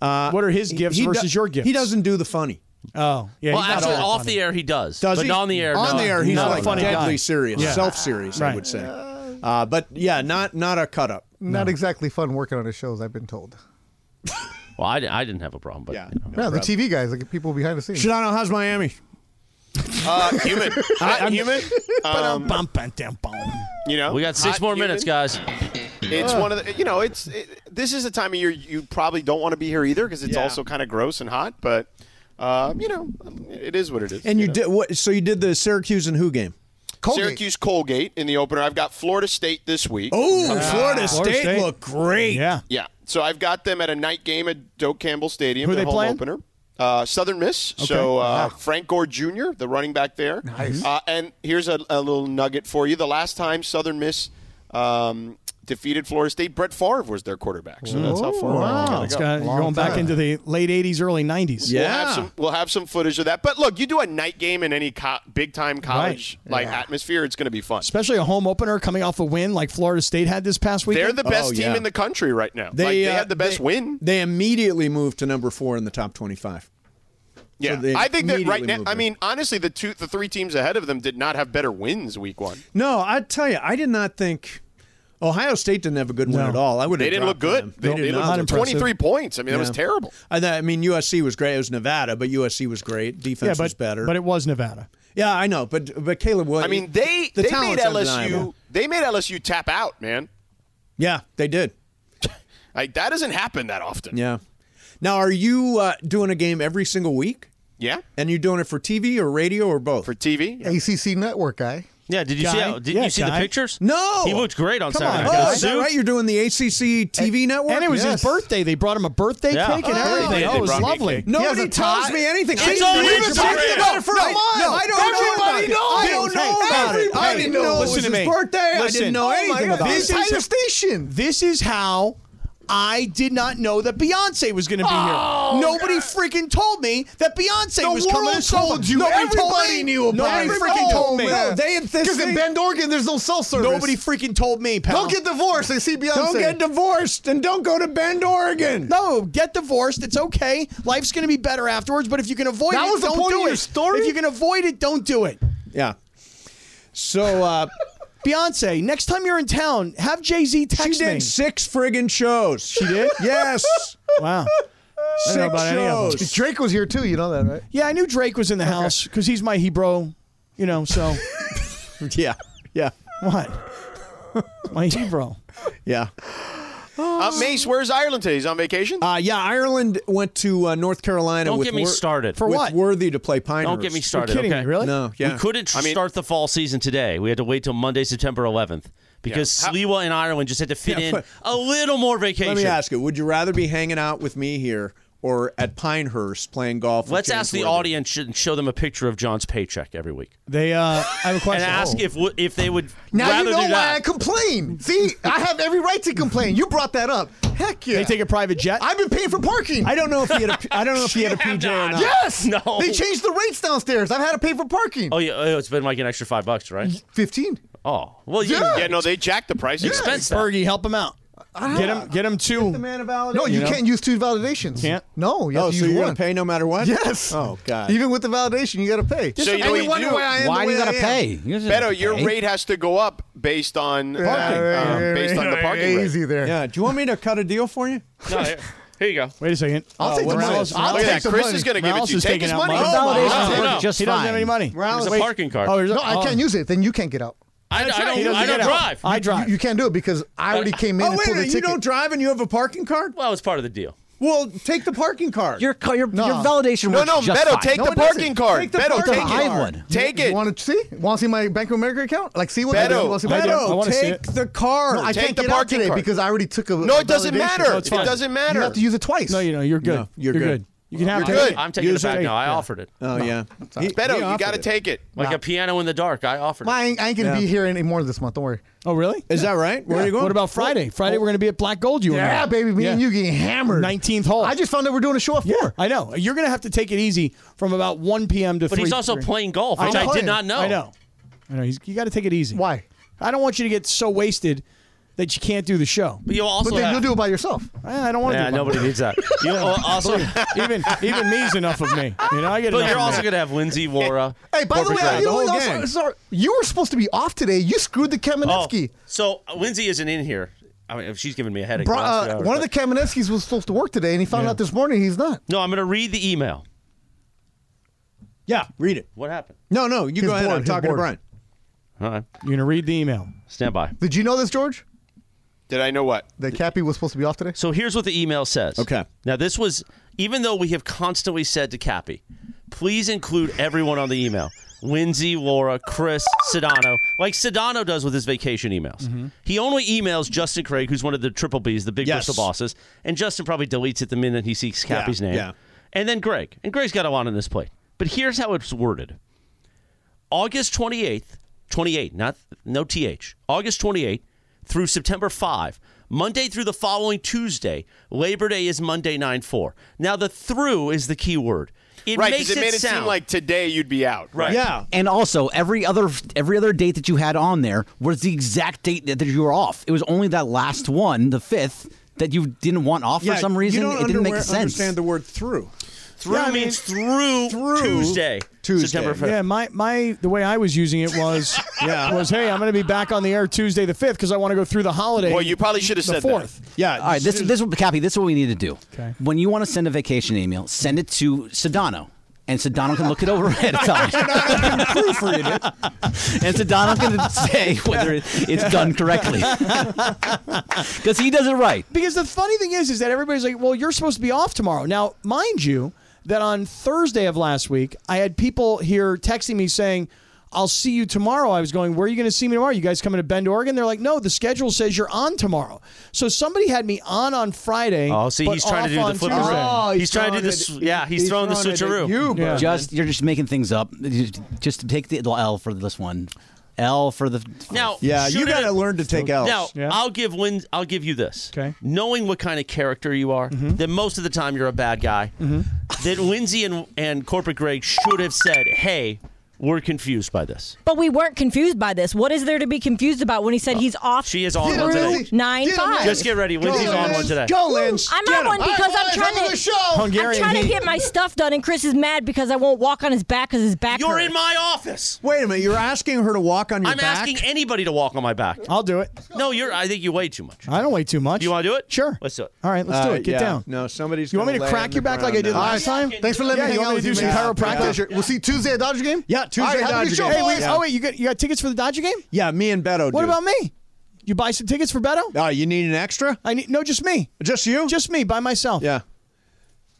Speaker 4: what are his gifts
Speaker 2: He do-
Speaker 4: versus your gifts?
Speaker 2: He doesn't do the funny.
Speaker 4: Oh, yeah.
Speaker 3: well,
Speaker 4: he's not
Speaker 3: actually,
Speaker 4: all
Speaker 3: off
Speaker 4: funny.
Speaker 3: the air he does,
Speaker 2: Does
Speaker 3: but
Speaker 2: he?
Speaker 3: not on the air.
Speaker 2: On
Speaker 3: no.
Speaker 2: the air, he's
Speaker 4: Not a
Speaker 2: like
Speaker 4: funny guy.
Speaker 2: deadly serious,
Speaker 4: Yeah.
Speaker 2: self-serious, I
Speaker 4: Right.
Speaker 2: would say. Uh, but yeah, not not a cut up.
Speaker 6: Not exactly fun working on his shows, I've been told.
Speaker 3: Well, I, I didn't have a problem, but
Speaker 2: Yeah,
Speaker 3: you know.
Speaker 6: Yeah, the TV guys, like people behind the scenes.
Speaker 2: Shadano, how's Miami?
Speaker 5: Uh, human. Hot human. Um,
Speaker 4: Bum, bum, dum, bum.
Speaker 5: you know,
Speaker 3: we got six
Speaker 5: hot
Speaker 3: more
Speaker 5: human.
Speaker 3: minutes, guys.
Speaker 5: It's one of the, you know, it's it, this is the time of year you probably don't want to be here either because it's also kind of gross and hot. But uh, you know, it is what it is.
Speaker 2: And you
Speaker 5: know.
Speaker 2: did what? So you did the Syracuse and who game?
Speaker 6: Colgate.
Speaker 5: Syracuse Colgate in the opener. I've got Florida State this week.
Speaker 2: Oh, Florida,
Speaker 4: Ah, Florida
Speaker 2: State,
Speaker 4: State.
Speaker 2: looked great.
Speaker 4: Yeah.
Speaker 5: Yeah, so I've got them at a night game at Doak Campbell Stadium.
Speaker 4: Who are
Speaker 5: their
Speaker 4: they
Speaker 5: home
Speaker 4: playing?
Speaker 5: Opener. Uh, Southern Miss. So uh, Frank Gore Jr., the running back there. Nice. Uh, and here's a, a little nugget for you. The last time Southern Miss um, defeated Florida State, Brett Favre was their quarterback. So that's how far back you gotta
Speaker 4: It's
Speaker 5: go.
Speaker 4: got, you're going back into the late 80s, early 90s.
Speaker 2: Yeah.
Speaker 5: We'll have some we'll have some footage of that. But look, you do a night game in any co- big time college like atmosphere, it's going to be fun.
Speaker 4: Especially a home opener coming off a win like Florida State had this past weekend.
Speaker 5: They're the best
Speaker 2: Oh,
Speaker 5: team
Speaker 2: yeah.
Speaker 5: in the country right now. They, like, they
Speaker 2: uh,
Speaker 5: had the best
Speaker 2: they-
Speaker 5: win.
Speaker 2: They immediately moved to number four in the top twenty-five.
Speaker 5: Yeah,
Speaker 2: they
Speaker 5: I think that right
Speaker 2: immediately
Speaker 5: now.
Speaker 2: moved
Speaker 5: I
Speaker 2: in.
Speaker 5: mean, honestly, the two, the three teams ahead of them did not have better wins week one.
Speaker 2: No, I tell you, I did not think Ohio State didn't have a good win
Speaker 4: No.
Speaker 2: at all. I would.
Speaker 5: They didn't look good. They, they
Speaker 4: not
Speaker 5: looked
Speaker 4: impressive.
Speaker 5: twenty three points. I mean, that was terrible.
Speaker 2: I, th- I mean, USC was great. It was Nevada, but USC was great. Defense
Speaker 4: yeah, but,
Speaker 2: was better.
Speaker 4: but it was Nevada.
Speaker 2: yeah, I know. But but Caleb Williams.
Speaker 5: I mean, they
Speaker 2: the
Speaker 5: they made
Speaker 2: talent's
Speaker 5: LSU.
Speaker 2: undeniable.
Speaker 5: They made LSU tap out, man.
Speaker 2: Yeah, they did.
Speaker 5: Like that doesn't happen that often.
Speaker 2: Yeah. Now, are you uh, doing a game every single week?
Speaker 5: Yeah?
Speaker 2: And you doing it for TV or radio or both?
Speaker 5: for TV.
Speaker 6: ACC network guy.
Speaker 3: Yeah, did you see?
Speaker 4: Guy?
Speaker 3: How, did
Speaker 4: Yeah,
Speaker 3: you see the
Speaker 4: guy.
Speaker 3: pictures?
Speaker 2: No!
Speaker 3: he looked great on
Speaker 4: Come
Speaker 3: Saturday.
Speaker 4: on,
Speaker 3: Night.
Speaker 4: guys.
Speaker 2: oh,
Speaker 3: The
Speaker 2: is that
Speaker 3: suit?
Speaker 2: right? You're doing the ACC TV network,
Speaker 4: And it was
Speaker 6: Yes.
Speaker 4: his birthday. They brought him a birthday
Speaker 3: Yeah.
Speaker 4: cake and
Speaker 3: Oh,
Speaker 4: everything.
Speaker 3: they-
Speaker 4: Oh,
Speaker 3: they
Speaker 4: it was
Speaker 3: brought me a
Speaker 4: lovely.
Speaker 3: cake.
Speaker 2: Nobody
Speaker 6: He has a
Speaker 2: tells
Speaker 6: tie.
Speaker 2: me anything.
Speaker 3: It's
Speaker 2: I didn't
Speaker 3: all you,
Speaker 2: even
Speaker 3: Mario.
Speaker 2: talking about it for
Speaker 3: No,
Speaker 2: a while.
Speaker 3: no,
Speaker 2: I don't know about
Speaker 5: everybody
Speaker 2: it. I
Speaker 5: knows.
Speaker 2: don't know about it. I
Speaker 6: everybody
Speaker 2: didn't know it
Speaker 6: knows.
Speaker 2: was his
Speaker 4: Listen to me.
Speaker 2: birthday. I
Speaker 4: Listen.
Speaker 2: didn't know
Speaker 4: Oh my
Speaker 2: anything
Speaker 4: God.
Speaker 2: about it.
Speaker 4: This
Speaker 6: Entire
Speaker 4: is a-
Speaker 6: station.
Speaker 4: This is how I did not know that Beyonce was going to be
Speaker 2: Oh,
Speaker 4: here. Nobody freaking told me that Beyonce was coming. to Solon. Nobody told me. Nobody freaking told me.
Speaker 2: man. They had this
Speaker 6: Because in
Speaker 2: thing-
Speaker 6: Bend, Oregon, there's no cell service.
Speaker 4: Nobody freaking told me, pal.
Speaker 6: Don't get divorced. They see Beyonce.
Speaker 2: Don't get divorced and don't go to Bend, Oregon.
Speaker 4: No, get divorced. It's okay. Life's going to be better afterwards. But if you can avoid
Speaker 6: That
Speaker 4: it,
Speaker 6: was the
Speaker 4: don't
Speaker 6: point
Speaker 4: do
Speaker 6: of
Speaker 4: it.
Speaker 6: your story?
Speaker 4: If you can avoid it, don't do it.
Speaker 2: Yeah. So uh,
Speaker 4: Beyonce, next time you're in town, have Jay Z
Speaker 2: she
Speaker 4: text me.
Speaker 2: did six friggin' shows. She
Speaker 4: did?
Speaker 2: Yes.
Speaker 4: Wow.
Speaker 2: Six
Speaker 4: know about any of them.
Speaker 2: shows.
Speaker 6: Drake was here too. You know that, right?
Speaker 4: Yeah, I knew Drake was in the house because he's my Hebrew, you know. So
Speaker 2: Yeah. Yeah.
Speaker 4: what? My Hebrew.
Speaker 2: Yeah.
Speaker 5: Uh, Mace, where's Ireland today? He's on vacation.
Speaker 2: Uh, yeah. Ireland went to uh, North Carolina.
Speaker 3: Don't
Speaker 2: with
Speaker 3: get me
Speaker 2: Wor-
Speaker 3: started.
Speaker 4: For
Speaker 2: with
Speaker 4: what?
Speaker 2: Worthy to play Pinehurst.
Speaker 3: Don't get me started.
Speaker 4: kidding
Speaker 3: okay?
Speaker 4: me, really?
Speaker 2: No. Yeah.
Speaker 3: We couldn't
Speaker 5: mean-
Speaker 3: start the fall season today. We had to wait till Monday, September 11th, because
Speaker 5: Yeah. How-
Speaker 3: Sliwa in Ireland just had to fit
Speaker 2: Yeah,
Speaker 3: in Oh,
Speaker 2: but-
Speaker 3: a little more vacation.
Speaker 2: Let me ask you: Would you rather be hanging out with me here or at Pinehurst playing golf? with
Speaker 3: Let's
Speaker 2: James
Speaker 3: ask the
Speaker 2: Worthy?
Speaker 3: audience and show them a picture of John's paycheck every week,
Speaker 4: They. uh I have a
Speaker 3: and
Speaker 4: question.
Speaker 3: ask if w- if they would
Speaker 6: Now
Speaker 3: rather
Speaker 6: you know
Speaker 3: do
Speaker 6: why I
Speaker 3: that.
Speaker 6: complain. See, I have every right to complain. You brought that up. Heck yeah.
Speaker 4: they take a private jet.
Speaker 6: I've been paying for parking.
Speaker 2: I don't know if he had. A, I don't know if he had a PJ or not.
Speaker 6: yes.
Speaker 3: No.
Speaker 6: They changed the rates downstairs. I've had to pay for parking.
Speaker 3: Oh yeah, oh, it's been like an extra five bucks, right?
Speaker 6: Fifteen.
Speaker 3: Oh, well, you
Speaker 6: Yeah.
Speaker 5: yeah, no, they jacked the price.
Speaker 3: expense that.
Speaker 4: Fergie, help him out. Get him. Get him two.
Speaker 2: man of validation.
Speaker 6: Ah. No, you,
Speaker 4: know?
Speaker 6: can't use two validations.
Speaker 4: Can't?
Speaker 6: No, you have
Speaker 2: Oh,
Speaker 6: to
Speaker 2: so
Speaker 6: use
Speaker 2: you're
Speaker 6: one.
Speaker 2: gonna pay no matter what?
Speaker 6: Yes.
Speaker 2: Oh God.
Speaker 6: Even with the validation, you got to pay.
Speaker 5: So you know
Speaker 6: and
Speaker 5: what
Speaker 6: you
Speaker 5: you
Speaker 6: wonder
Speaker 5: do?
Speaker 6: why I am.
Speaker 7: Why
Speaker 6: the
Speaker 7: do you
Speaker 6: way
Speaker 7: got to
Speaker 6: I
Speaker 7: pay?
Speaker 6: Am.
Speaker 7: You just
Speaker 5: Beto,
Speaker 7: gotta
Speaker 5: your
Speaker 7: pay.
Speaker 5: rate has to go up based on
Speaker 6: Yeah,
Speaker 5: parking,
Speaker 6: right,
Speaker 5: um,
Speaker 6: right,
Speaker 5: based
Speaker 6: right,
Speaker 5: on the
Speaker 6: right.
Speaker 5: parking rate.
Speaker 6: Easy there.
Speaker 2: Yeah. Do you want me to cut a deal for you?
Speaker 3: No, here- here you go.
Speaker 4: Wait a second. Uh,
Speaker 6: I'll take the
Speaker 4: Morales-
Speaker 6: money. I'll
Speaker 5: Look
Speaker 6: take
Speaker 5: at that.
Speaker 6: the
Speaker 5: Chris
Speaker 6: money.
Speaker 5: is going to give it
Speaker 4: Morales
Speaker 5: to you.
Speaker 4: is
Speaker 5: Take
Speaker 4: taking
Speaker 5: his
Speaker 4: out
Speaker 5: money.
Speaker 4: money.
Speaker 5: Oh,
Speaker 7: Validation
Speaker 3: wow.
Speaker 7: worked
Speaker 3: No.
Speaker 7: just
Speaker 4: He doesn't have
Speaker 7: fine.
Speaker 4: any money.
Speaker 3: There's a
Speaker 6: Wait.
Speaker 3: parking card.
Speaker 4: Oh, there's a-
Speaker 6: No, I
Speaker 4: oh.
Speaker 6: can't use it. Then you can't get out.
Speaker 3: I, I
Speaker 4: That's right, he
Speaker 3: don't.
Speaker 4: doesn't
Speaker 3: I don't
Speaker 4: get out.
Speaker 3: drive.
Speaker 4: I drive.
Speaker 6: You can't do it because I already came in
Speaker 2: Oh
Speaker 6: and
Speaker 2: wait a
Speaker 6: pulled the
Speaker 2: minute. You
Speaker 6: ticket.
Speaker 2: don't drive and you have a parking card?
Speaker 3: well, it's part of the deal.
Speaker 2: Well, take the parking card.
Speaker 7: Your car, your, your
Speaker 6: No.
Speaker 7: validation
Speaker 5: No,
Speaker 7: works
Speaker 5: no,
Speaker 7: just
Speaker 5: Beto,
Speaker 7: fine.
Speaker 5: take
Speaker 6: No,
Speaker 5: the
Speaker 6: it doesn't.
Speaker 5: parking card.
Speaker 2: Take the
Speaker 5: Beto,
Speaker 2: parking
Speaker 5: take
Speaker 7: card. I have
Speaker 5: it.
Speaker 7: one.
Speaker 5: Take
Speaker 6: You
Speaker 5: it.
Speaker 6: want to see? Want to see my Bank of America account? Like see what? I
Speaker 5: Beto.
Speaker 6: do? Wanna see my
Speaker 4: Beto.
Speaker 6: account?
Speaker 4: I
Speaker 2: Beto,
Speaker 4: wanna see
Speaker 2: take
Speaker 4: it.
Speaker 2: the card.
Speaker 6: I
Speaker 5: Take
Speaker 6: can't
Speaker 5: the
Speaker 6: get out
Speaker 5: parking
Speaker 6: today
Speaker 5: card.
Speaker 6: because I already took a.
Speaker 5: No,
Speaker 6: a
Speaker 5: it doesn't
Speaker 6: validation.
Speaker 5: matter.
Speaker 4: it's
Speaker 5: It
Speaker 4: fine.
Speaker 5: doesn't
Speaker 6: You
Speaker 5: matter.
Speaker 6: have to use it twice.
Speaker 4: No, you know you're good.
Speaker 2: No, you're
Speaker 4: good.
Speaker 2: good.
Speaker 4: You can have.
Speaker 5: You're
Speaker 4: it.
Speaker 5: good.
Speaker 3: I'm taking
Speaker 2: Use
Speaker 3: it back
Speaker 2: it.
Speaker 3: now. I offered it.
Speaker 2: Oh yeah. He-
Speaker 5: Beto,
Speaker 2: he
Speaker 5: you
Speaker 2: offered
Speaker 5: got to
Speaker 2: it.
Speaker 5: take it.
Speaker 3: Like a piano in the dark. I offered
Speaker 6: I
Speaker 3: it.
Speaker 6: ain't, I ain't gonna be here anymore this month. Don't worry.
Speaker 4: Oh really?
Speaker 2: Is that right? Where are you going?
Speaker 4: What about Friday? Friday we're going to be at Black Gold. You and
Speaker 6: Yeah,
Speaker 4: I.
Speaker 6: baby, me
Speaker 4: Yeah.
Speaker 6: and you getting hammered.
Speaker 4: 19th hole.
Speaker 6: I just found out we're doing a show at
Speaker 4: Yeah,
Speaker 6: four.
Speaker 4: I know. You're going to have to take it easy from about 1 p.m. to
Speaker 3: But
Speaker 4: 3.
Speaker 3: he's also playing golf,
Speaker 4: I
Speaker 3: which I,
Speaker 6: know.
Speaker 3: did not know.
Speaker 4: I know. I know. He's, you got to take it easy.
Speaker 6: Why?
Speaker 4: I don't want you to get so wasted that you can't do the show.
Speaker 3: But you'll also
Speaker 6: But then
Speaker 3: have-
Speaker 6: you'll do it by yourself.
Speaker 4: I I don't want to.
Speaker 3: Yeah,
Speaker 4: do it by
Speaker 3: nobody
Speaker 4: myself.
Speaker 3: needs that. You'll al- also,
Speaker 4: even even me's enough of me. You know, I get.
Speaker 3: but
Speaker 4: enough
Speaker 3: you're
Speaker 4: of
Speaker 3: also
Speaker 4: me.
Speaker 3: going to have Lindsay, Laura.
Speaker 6: Hey, by the way,
Speaker 3: corporate crowd.
Speaker 6: you know
Speaker 2: whole
Speaker 6: what else?
Speaker 2: gang.
Speaker 6: Sorry. you were supposed to be off today. You screwed the
Speaker 3: Oh,
Speaker 6: Kamenetsky.
Speaker 3: so uh, Lindsay isn't in here. I mean, she's giving me a headache.
Speaker 6: Bro-
Speaker 3: the last
Speaker 6: uh,
Speaker 3: few hours,
Speaker 6: one of
Speaker 3: but-
Speaker 6: the Kamenetskys was supposed to work today, and he found out this morning he's not.
Speaker 3: No, I'm going to read the email.
Speaker 4: Yeah,
Speaker 2: Read it.
Speaker 3: What happened?
Speaker 2: No, no, you
Speaker 6: He's
Speaker 2: go ahead.
Speaker 6: bored,
Speaker 2: I'm
Speaker 6: he's
Speaker 2: talking
Speaker 6: bored.
Speaker 2: to Brian.
Speaker 3: All right,
Speaker 4: you're gonna read the email.
Speaker 3: stand by.
Speaker 6: Did you know this, George?
Speaker 5: Did I know what?
Speaker 6: That Cappy was supposed to be off today.
Speaker 3: So here's what the email says.
Speaker 2: Okay.
Speaker 3: Now this was even though we have constantly said to Cappy, please include everyone on the email. Lindsay, Laura, Chris, Sedano, like Sedano does with his vacation emails.
Speaker 4: Mm-hmm.
Speaker 3: He only emails Justin Craig, who's one of the triple Bs, the big
Speaker 2: Yes.
Speaker 3: Bristol bosses, and Justin probably deletes it the minute he sees Cappy's name.
Speaker 2: yeah.
Speaker 3: And then Greg. And Greg's got a lot on this plate. But here's how it's worded. August 28th, 28, not no th. August 28 through September 5, Monday through the following Tuesday. Labor Day is Monday 9/4. Now the through is the key word. It
Speaker 5: Right,
Speaker 3: makes
Speaker 5: because it, made it
Speaker 3: sound
Speaker 5: seem like today you'd be out.
Speaker 3: right.
Speaker 2: Yeah.
Speaker 7: And also, every other every other date that you had on there was the exact date that that you were off. It was only that last one, the fifth, that you didn't want off for some reason.
Speaker 2: you don't
Speaker 7: it didn't make
Speaker 2: underwear-
Speaker 7: sense.
Speaker 2: understand the word through.
Speaker 3: Through means through,
Speaker 2: through
Speaker 3: Tuesday,
Speaker 2: Tuesday.
Speaker 3: September 5th.
Speaker 4: Yeah, my my the way I was using it was
Speaker 2: Yeah.
Speaker 4: was hey, I'm going to be back on the air Tuesday the fifth because I want to go through the holiday.
Speaker 5: Well, you probably should have
Speaker 4: the
Speaker 5: said
Speaker 4: fourth.
Speaker 2: Yeah.
Speaker 7: All right, this this Cappy, this is what we need to do.
Speaker 4: Okay.
Speaker 7: When you want to send a vacation email, send it to Sedano. And Sedano can look it over ahead of time. and Sedano can say whether it- it's done correctly. Because he does it right.
Speaker 4: Because the funny thing is, is that everybody's like, well, you're supposed to be off tomorrow. Now, mind you, that on Thursday of last week, I had people here texting me saying, I'll see you tomorrow. I was going, where are you going to see me tomorrow? You guys coming to Bend, Oregon? They're like, no, the schedule says you're on tomorrow. So somebody had me on on Friday.
Speaker 3: Oh, see,
Speaker 4: but
Speaker 3: he's trying
Speaker 4: off
Speaker 3: to do
Speaker 4: on
Speaker 3: the flip.
Speaker 4: Tuesday.
Speaker 7: Oh,
Speaker 3: side. he's, trying to do this. Yeah, he's, throwing, the switcheroo.
Speaker 4: Yeah.
Speaker 7: Just You're just making things up. Just take the L for this one. L for the.
Speaker 3: Now,
Speaker 2: Yeah,
Speaker 3: should
Speaker 2: you got to
Speaker 3: it-
Speaker 2: learn to take L's.
Speaker 3: Now,
Speaker 4: Yeah.
Speaker 3: I'll give Lin- I'll give you this.
Speaker 4: Okay. Mm-hmm.
Speaker 3: Knowing what kind of character you are, then most of the time you're a bad guy. That Lindsay and and corporate Greg should have said, "Hey, we're confused by this."
Speaker 8: But we weren't confused by this. What is there to be confused about when he said he's off?
Speaker 3: Uh, She is on
Speaker 2: Get
Speaker 3: one
Speaker 2: him,
Speaker 3: today.
Speaker 2: Lindsay.
Speaker 8: Nine
Speaker 2: Get him,
Speaker 8: five.
Speaker 3: Just get ready. Lindsay's
Speaker 2: Go,
Speaker 3: on
Speaker 2: Linz.
Speaker 3: one today.
Speaker 2: Go, Linz.
Speaker 8: I'm
Speaker 2: Get
Speaker 8: on
Speaker 2: him.
Speaker 8: one because I'm
Speaker 2: All right,
Speaker 8: trying
Speaker 2: on
Speaker 8: to-
Speaker 2: the show.
Speaker 8: I'm
Speaker 4: Hungarian
Speaker 8: trying to
Speaker 4: heat.
Speaker 8: get my stuff done, and Chris is mad because I won't walk on his back because his back.
Speaker 3: You're
Speaker 8: hurts.
Speaker 3: in my office.
Speaker 2: Wait a minute. You're asking her to walk on your
Speaker 3: I'm
Speaker 2: back?
Speaker 3: asking anybody to walk on my back.
Speaker 4: I'll do it.
Speaker 3: No, you're. I think you weigh too much.
Speaker 4: I don't weigh too much.
Speaker 3: You want to do it?
Speaker 4: Sure.
Speaker 3: Let's do it.
Speaker 4: All right, let's
Speaker 2: Uh,
Speaker 4: do it. Get
Speaker 2: yeah.
Speaker 4: down.
Speaker 2: No, somebody's.
Speaker 4: You want me
Speaker 2: gonna lay
Speaker 4: to crack
Speaker 2: on
Speaker 4: your
Speaker 2: the
Speaker 4: back like I
Speaker 2: ground
Speaker 4: did
Speaker 2: now.
Speaker 4: last time?
Speaker 6: Thanks for letting
Speaker 4: Yeah,
Speaker 6: me
Speaker 4: you want
Speaker 6: hang out
Speaker 4: me
Speaker 6: with
Speaker 4: to
Speaker 6: you,
Speaker 4: do some
Speaker 6: man.
Speaker 4: chiropractic?
Speaker 6: My pleasure. We'll see you Tuesday at Dodger game.
Speaker 2: Yeah,
Speaker 6: All
Speaker 2: Tuesday
Speaker 6: right, have a
Speaker 2: Dodger
Speaker 6: good show,
Speaker 2: game.
Speaker 4: Hey, wait.
Speaker 6: boys.
Speaker 2: Yeah.
Speaker 4: Oh, wait. You got you got tickets for the Dodger game?
Speaker 2: Yeah, me and Beto.
Speaker 4: What
Speaker 2: do.
Speaker 4: about me? You buy some tickets for Beto?
Speaker 2: Uh, you need an extra?
Speaker 4: I need no, just me,
Speaker 2: Just you?
Speaker 4: just me by myself.
Speaker 2: Yeah.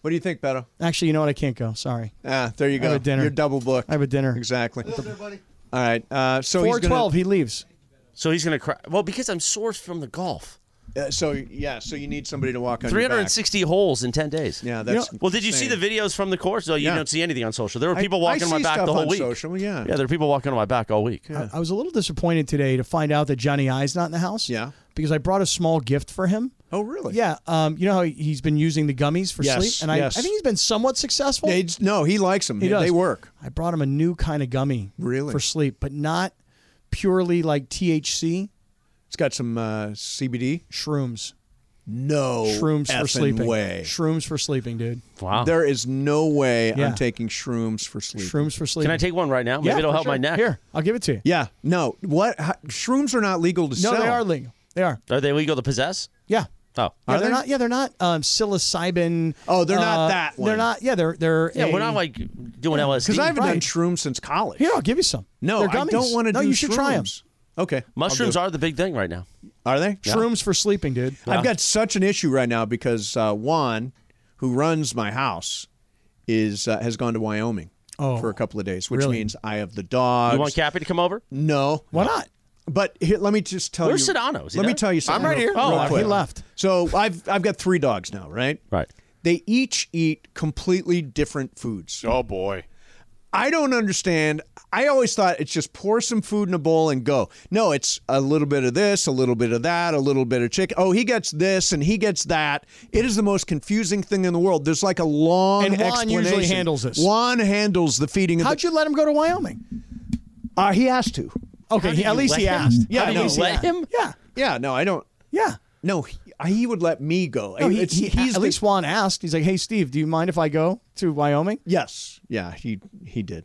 Speaker 2: What do you think, Beto?
Speaker 4: Actually, you know what? I can't go. Sorry.
Speaker 2: Ah, there you go.
Speaker 4: have a dinner.
Speaker 2: You're double booked.
Speaker 4: I have a dinner.
Speaker 2: Exactly. All right. Uh, so he's
Speaker 4: Four
Speaker 2: gonna-
Speaker 4: twelve. He leaves.
Speaker 3: So he's gonna cry. Well, because I'm sore from the golf.
Speaker 2: uh, so yeah. So you need somebody to walk on. your back.
Speaker 3: 360 holes in 10 days.
Speaker 2: Yeah, that's.
Speaker 3: Well, did you see the
Speaker 2: insane.
Speaker 3: videos from the course? No, you
Speaker 2: Yeah.
Speaker 3: don't see anything on social. There were
Speaker 2: I-
Speaker 3: people
Speaker 2: I
Speaker 3: walking on my
Speaker 2: see
Speaker 3: back
Speaker 2: stuff
Speaker 3: the whole
Speaker 2: on
Speaker 3: week.
Speaker 2: social, yeah.
Speaker 3: yeah, there were people walking on my back all week.
Speaker 4: I was a little disappointed today to find out that Johnny I's not in the house.
Speaker 2: Yeah.
Speaker 4: Because I brought a small gift for him.
Speaker 2: Oh really?
Speaker 4: Yeah. Um. You know how he's been using the gummies for
Speaker 2: Yes,
Speaker 4: sleep, and I,
Speaker 2: yes.
Speaker 4: I think he's been somewhat successful.
Speaker 2: Yeah, he's- no, he likes them.
Speaker 4: He does.
Speaker 2: They work.
Speaker 4: I brought him a new kind of gummy.
Speaker 2: Really?
Speaker 4: For sleep, but not purely like THC
Speaker 2: It's got some uh, CBD.
Speaker 4: shrooms.
Speaker 2: No
Speaker 4: Shrooms for
Speaker 2: effing
Speaker 4: sleeping.
Speaker 2: way.
Speaker 4: Shrooms for sleeping, dude.
Speaker 3: Wow.
Speaker 2: There is no way
Speaker 4: Yeah.
Speaker 2: I'm taking shrooms for sleep.
Speaker 4: Shrooms for sleeping.
Speaker 3: Can I take one right now? Maybe
Speaker 4: Yeah,
Speaker 3: it'll
Speaker 4: for
Speaker 3: help my
Speaker 4: sure.
Speaker 3: neck.
Speaker 4: Here, I'll give it to you.
Speaker 2: Yeah. No. What? How, shrooms are not legal to
Speaker 4: No,
Speaker 2: sell.
Speaker 4: they are legal. They are.
Speaker 3: Are they legal to possess?
Speaker 4: Yeah.
Speaker 3: Oh.
Speaker 4: Yeah,
Speaker 2: Are
Speaker 4: they're
Speaker 2: they?
Speaker 4: not. Yeah, they're not um, psilocybin.
Speaker 2: Oh, they're not
Speaker 4: uh,
Speaker 2: that one.
Speaker 4: They're not. Yeah, they're they're.
Speaker 3: Yeah,
Speaker 4: a-
Speaker 3: we're not like doing LSD.
Speaker 2: Because I haven't done
Speaker 4: Right.
Speaker 2: shrooms since college.
Speaker 4: Here, I'll give you some.
Speaker 2: no,
Speaker 4: they're
Speaker 2: I
Speaker 4: gummies.
Speaker 2: don't want to
Speaker 4: No,
Speaker 2: do
Speaker 4: you should try them.
Speaker 2: shrooms. Okay. I'll do
Speaker 3: Mushrooms
Speaker 2: it.
Speaker 3: are the big thing right now.
Speaker 2: Are they?
Speaker 4: Shrooms for sleeping, dude.
Speaker 2: I've got such an issue right now because uh, Juan, who runs my house, is uh, has gone to Wyoming
Speaker 4: Oh,
Speaker 2: for a couple of days, which
Speaker 4: really?
Speaker 2: means I have the dogs.
Speaker 3: You want Cappy to come over?
Speaker 2: no,
Speaker 4: Why not?
Speaker 2: But here, let me just tell
Speaker 3: Where's
Speaker 2: you.
Speaker 3: Sedano? Is he
Speaker 2: Let me
Speaker 3: there?
Speaker 2: tell you something.
Speaker 5: right
Speaker 2: real-
Speaker 5: here.
Speaker 2: real
Speaker 3: Oh,
Speaker 2: quick.
Speaker 4: he left.
Speaker 2: So I've I've got three dogs now, right?
Speaker 3: Right.
Speaker 2: They each eat completely different foods.
Speaker 5: Oh boy.
Speaker 2: I don't understand. I always thought it's just pour some food in a bowl and go. No, it's a little bit of this, a little bit of that, a little bit of chicken. Oh, he gets this and he gets that. It is the most confusing thing in the world. There's like a long
Speaker 4: And Juan usually
Speaker 2: explanation.
Speaker 4: handles this.
Speaker 2: Juan handles the feeding of
Speaker 4: How'd
Speaker 2: the,
Speaker 4: you let him go to Wyoming?
Speaker 2: uh, he has to.
Speaker 4: Okay, he-
Speaker 3: you
Speaker 4: at least
Speaker 3: let
Speaker 4: he
Speaker 3: him?
Speaker 4: asked.
Speaker 2: Yeah,
Speaker 3: How
Speaker 2: I
Speaker 3: do you
Speaker 2: know.
Speaker 3: let him?
Speaker 4: Yeah,
Speaker 2: Yeah, no, I don't.
Speaker 4: Yeah.
Speaker 2: No, he, he would let me go.
Speaker 4: No, he,
Speaker 2: It's-
Speaker 4: he,
Speaker 2: he's
Speaker 4: at
Speaker 2: the-
Speaker 4: least Juan asked. He's like, "Hey, Steve, do you mind if I go to Wyoming?"
Speaker 2: Yes. Yeah, he he did.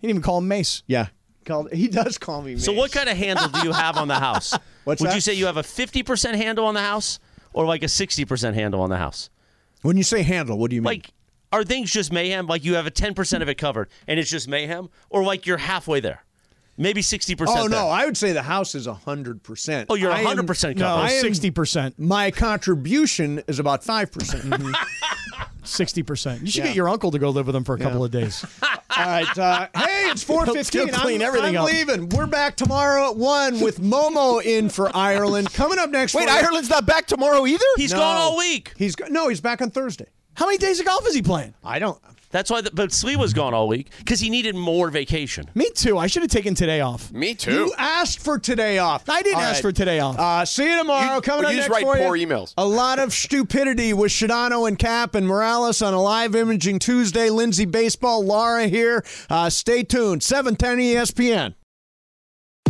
Speaker 4: He didn't even call him Mace.
Speaker 2: Yeah. Called, he does call me.
Speaker 3: So,
Speaker 2: Mace.
Speaker 3: what kind of handle do you have on the house?
Speaker 2: What's
Speaker 3: Would
Speaker 2: that?
Speaker 3: you say you have a 50% handle on the house or like a 60% handle on the house?
Speaker 2: When you say handle, what do you mean?
Speaker 3: Like, are things just mayhem? Like, you have a 10% of it covered and it's just mayhem? Or like you're halfway there? Maybe 60%.
Speaker 2: Oh
Speaker 3: there?
Speaker 2: no! I would say the house is hundred percent.
Speaker 3: Oh, you're
Speaker 2: I am-
Speaker 3: 100%
Speaker 4: No,
Speaker 3: covered.
Speaker 2: I am-
Speaker 4: sixty percent, Mm-hmm.
Speaker 2: My contribution is about five percent.
Speaker 4: sixty percent. You should
Speaker 2: Yeah.
Speaker 4: get your uncle to go live with him for a couple of days.
Speaker 2: All right. Uh, hey, it's four fifteen.
Speaker 4: He'll clean
Speaker 2: I'm,
Speaker 4: everything
Speaker 2: I'm
Speaker 4: up.
Speaker 2: leaving. We're back tomorrow at one with Momo in for Ireland. Coming up next.
Speaker 5: Wait,
Speaker 2: for-
Speaker 5: Ireland's not back tomorrow either.
Speaker 3: He's
Speaker 2: No.
Speaker 3: gone all week.
Speaker 2: He's go- no. He's back on Thursday.
Speaker 4: How many days of golf is he playing?
Speaker 2: I don't.
Speaker 3: That's why, the, but Slee was gone all week because he needed more vacation.
Speaker 4: Me too. I should have taken today off.
Speaker 5: Me too.
Speaker 2: You asked for today off.
Speaker 4: I didn't
Speaker 2: All
Speaker 4: ask
Speaker 2: right.
Speaker 4: for today off.
Speaker 2: Uh, see you tomorrow.
Speaker 5: You-
Speaker 2: Coming
Speaker 5: well,
Speaker 2: up
Speaker 5: you just
Speaker 2: next
Speaker 5: write
Speaker 2: for
Speaker 5: poor
Speaker 2: you,
Speaker 5: emails.
Speaker 2: A lot of stupidity with Shadano and Cap and Morales on a live imaging Tuesday. Lindsay Baseball, Laura here. Uh, stay tuned. E 710 ESPN.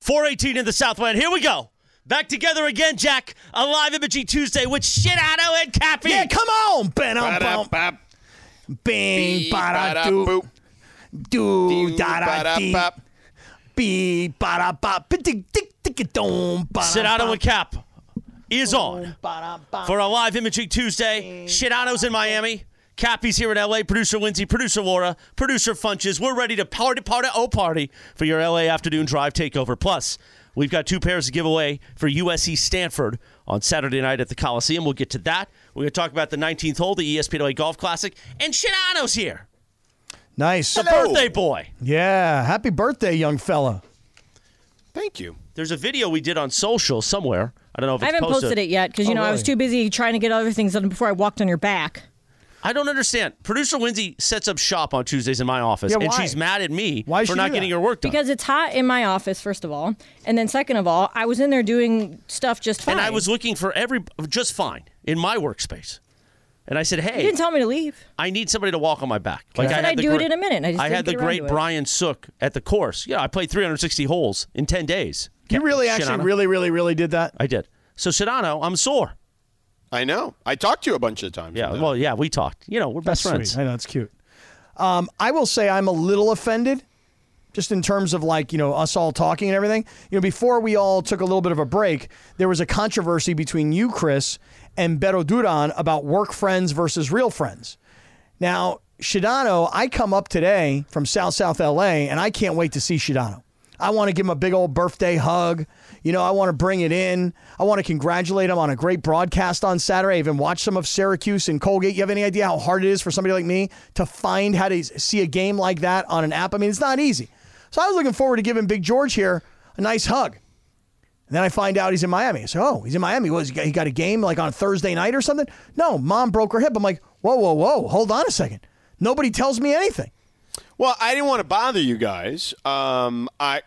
Speaker 3: 418 in the Southland. Here we go. Back together again, Jack. A live imaging Tuesday with Shitano and Cappy.
Speaker 4: yeah, come on, Ben. I'm bum,
Speaker 5: Ba-da-bop.
Speaker 4: bing, bada do,
Speaker 5: Ba-da-boop.
Speaker 4: do, da da dee,
Speaker 5: Ba-da-bop.
Speaker 4: bee, bada bop, dig, dig, dig, dong,
Speaker 3: Shitano and Cap is on for a live imaging Tuesday. Shitano's in Miami. Cappy's here in LA. Producer Lindsay, producer Laura, producer Funches. We're ready to party, party, oh, party for your LA afternoon drive takeover. Plus, we've got two pairs to give away for USC Stanford on Saturday night at the Coliseum. We'll get to that. We're going to talk about the 19th hole, the E ESPN LA Golf Classic, and Shitano's here.
Speaker 4: Nice.
Speaker 5: Oh,
Speaker 3: Birthday boy.
Speaker 4: Yeah. Happy birthday, young fella.
Speaker 5: Thank you.
Speaker 3: There's a video we did on social somewhere. I don't know if
Speaker 8: I
Speaker 3: it's
Speaker 8: haven't
Speaker 3: posted. Oh,
Speaker 8: posted it yet because you
Speaker 2: Oh,
Speaker 8: know I was
Speaker 4: really?
Speaker 8: too busy trying to get other things done before I walked on your back.
Speaker 3: I don't understand. Producer Lindsay sets up shop on Tuesdays in my office,
Speaker 4: Yeah,
Speaker 3: and
Speaker 4: why?
Speaker 3: she's mad at me
Speaker 4: Why does
Speaker 3: for
Speaker 4: she
Speaker 3: not
Speaker 4: do
Speaker 3: getting
Speaker 4: that?
Speaker 3: her work done.
Speaker 8: Because it's hot in my office, first of all, and then second of all, I was in there doing stuff just fine.
Speaker 3: and I was looking for every just fine in my workspace, and I said,
Speaker 8: You
Speaker 3: "Hey,
Speaker 8: didn't tell me to leave.
Speaker 3: I need somebody to walk on my back." Like
Speaker 8: said I'd
Speaker 3: the
Speaker 8: do it
Speaker 3: great-
Speaker 8: in a minute. I just
Speaker 3: had
Speaker 8: didn't
Speaker 3: the
Speaker 8: get around
Speaker 3: great
Speaker 8: to it.
Speaker 3: Brian Sook at the course. Yeah, I played 360 holes in 10 days.
Speaker 4: You
Speaker 3: Ca-
Speaker 4: really, actually,
Speaker 3: Shinano.
Speaker 4: really, really, really did that?
Speaker 3: I did. So Sedano, I'm sore.
Speaker 5: I know. I talked to you a bunch of times.
Speaker 3: Yeah. Well, yeah, we talked. You know, we're best friends.
Speaker 4: Sweet. I know it's cute. Um, I will say I'm a little offended, just in terms of like you know us all talking and everything. You know, before we all took a little bit of a break, there was a controversy between you, Chris, and Beto Duran about work friends versus real friends. Now, Shadano, I come up today from South South LA, and I can't wait to see Shadano. I want to give him a big old birthday hug. You know, I want to bring it in. I want to congratulate him on a great broadcast on Saturday. I even watched some of Syracuse and Colgate. You have any idea how hard it is for somebody like me to find how to see a game like that on an app? I mean, it's not easy. So I was looking forward to giving Big George here a nice hug. And then I find out he's in Miami. So, oh, he's in Miami. Was he got- he got a game like on Thursday night or something? No, mom broke her hip. I'm like, whoa, whoa, whoa, hold on a second. Nobody tells me anything.
Speaker 5: Well, I didn't want to bother you guys. Um, I,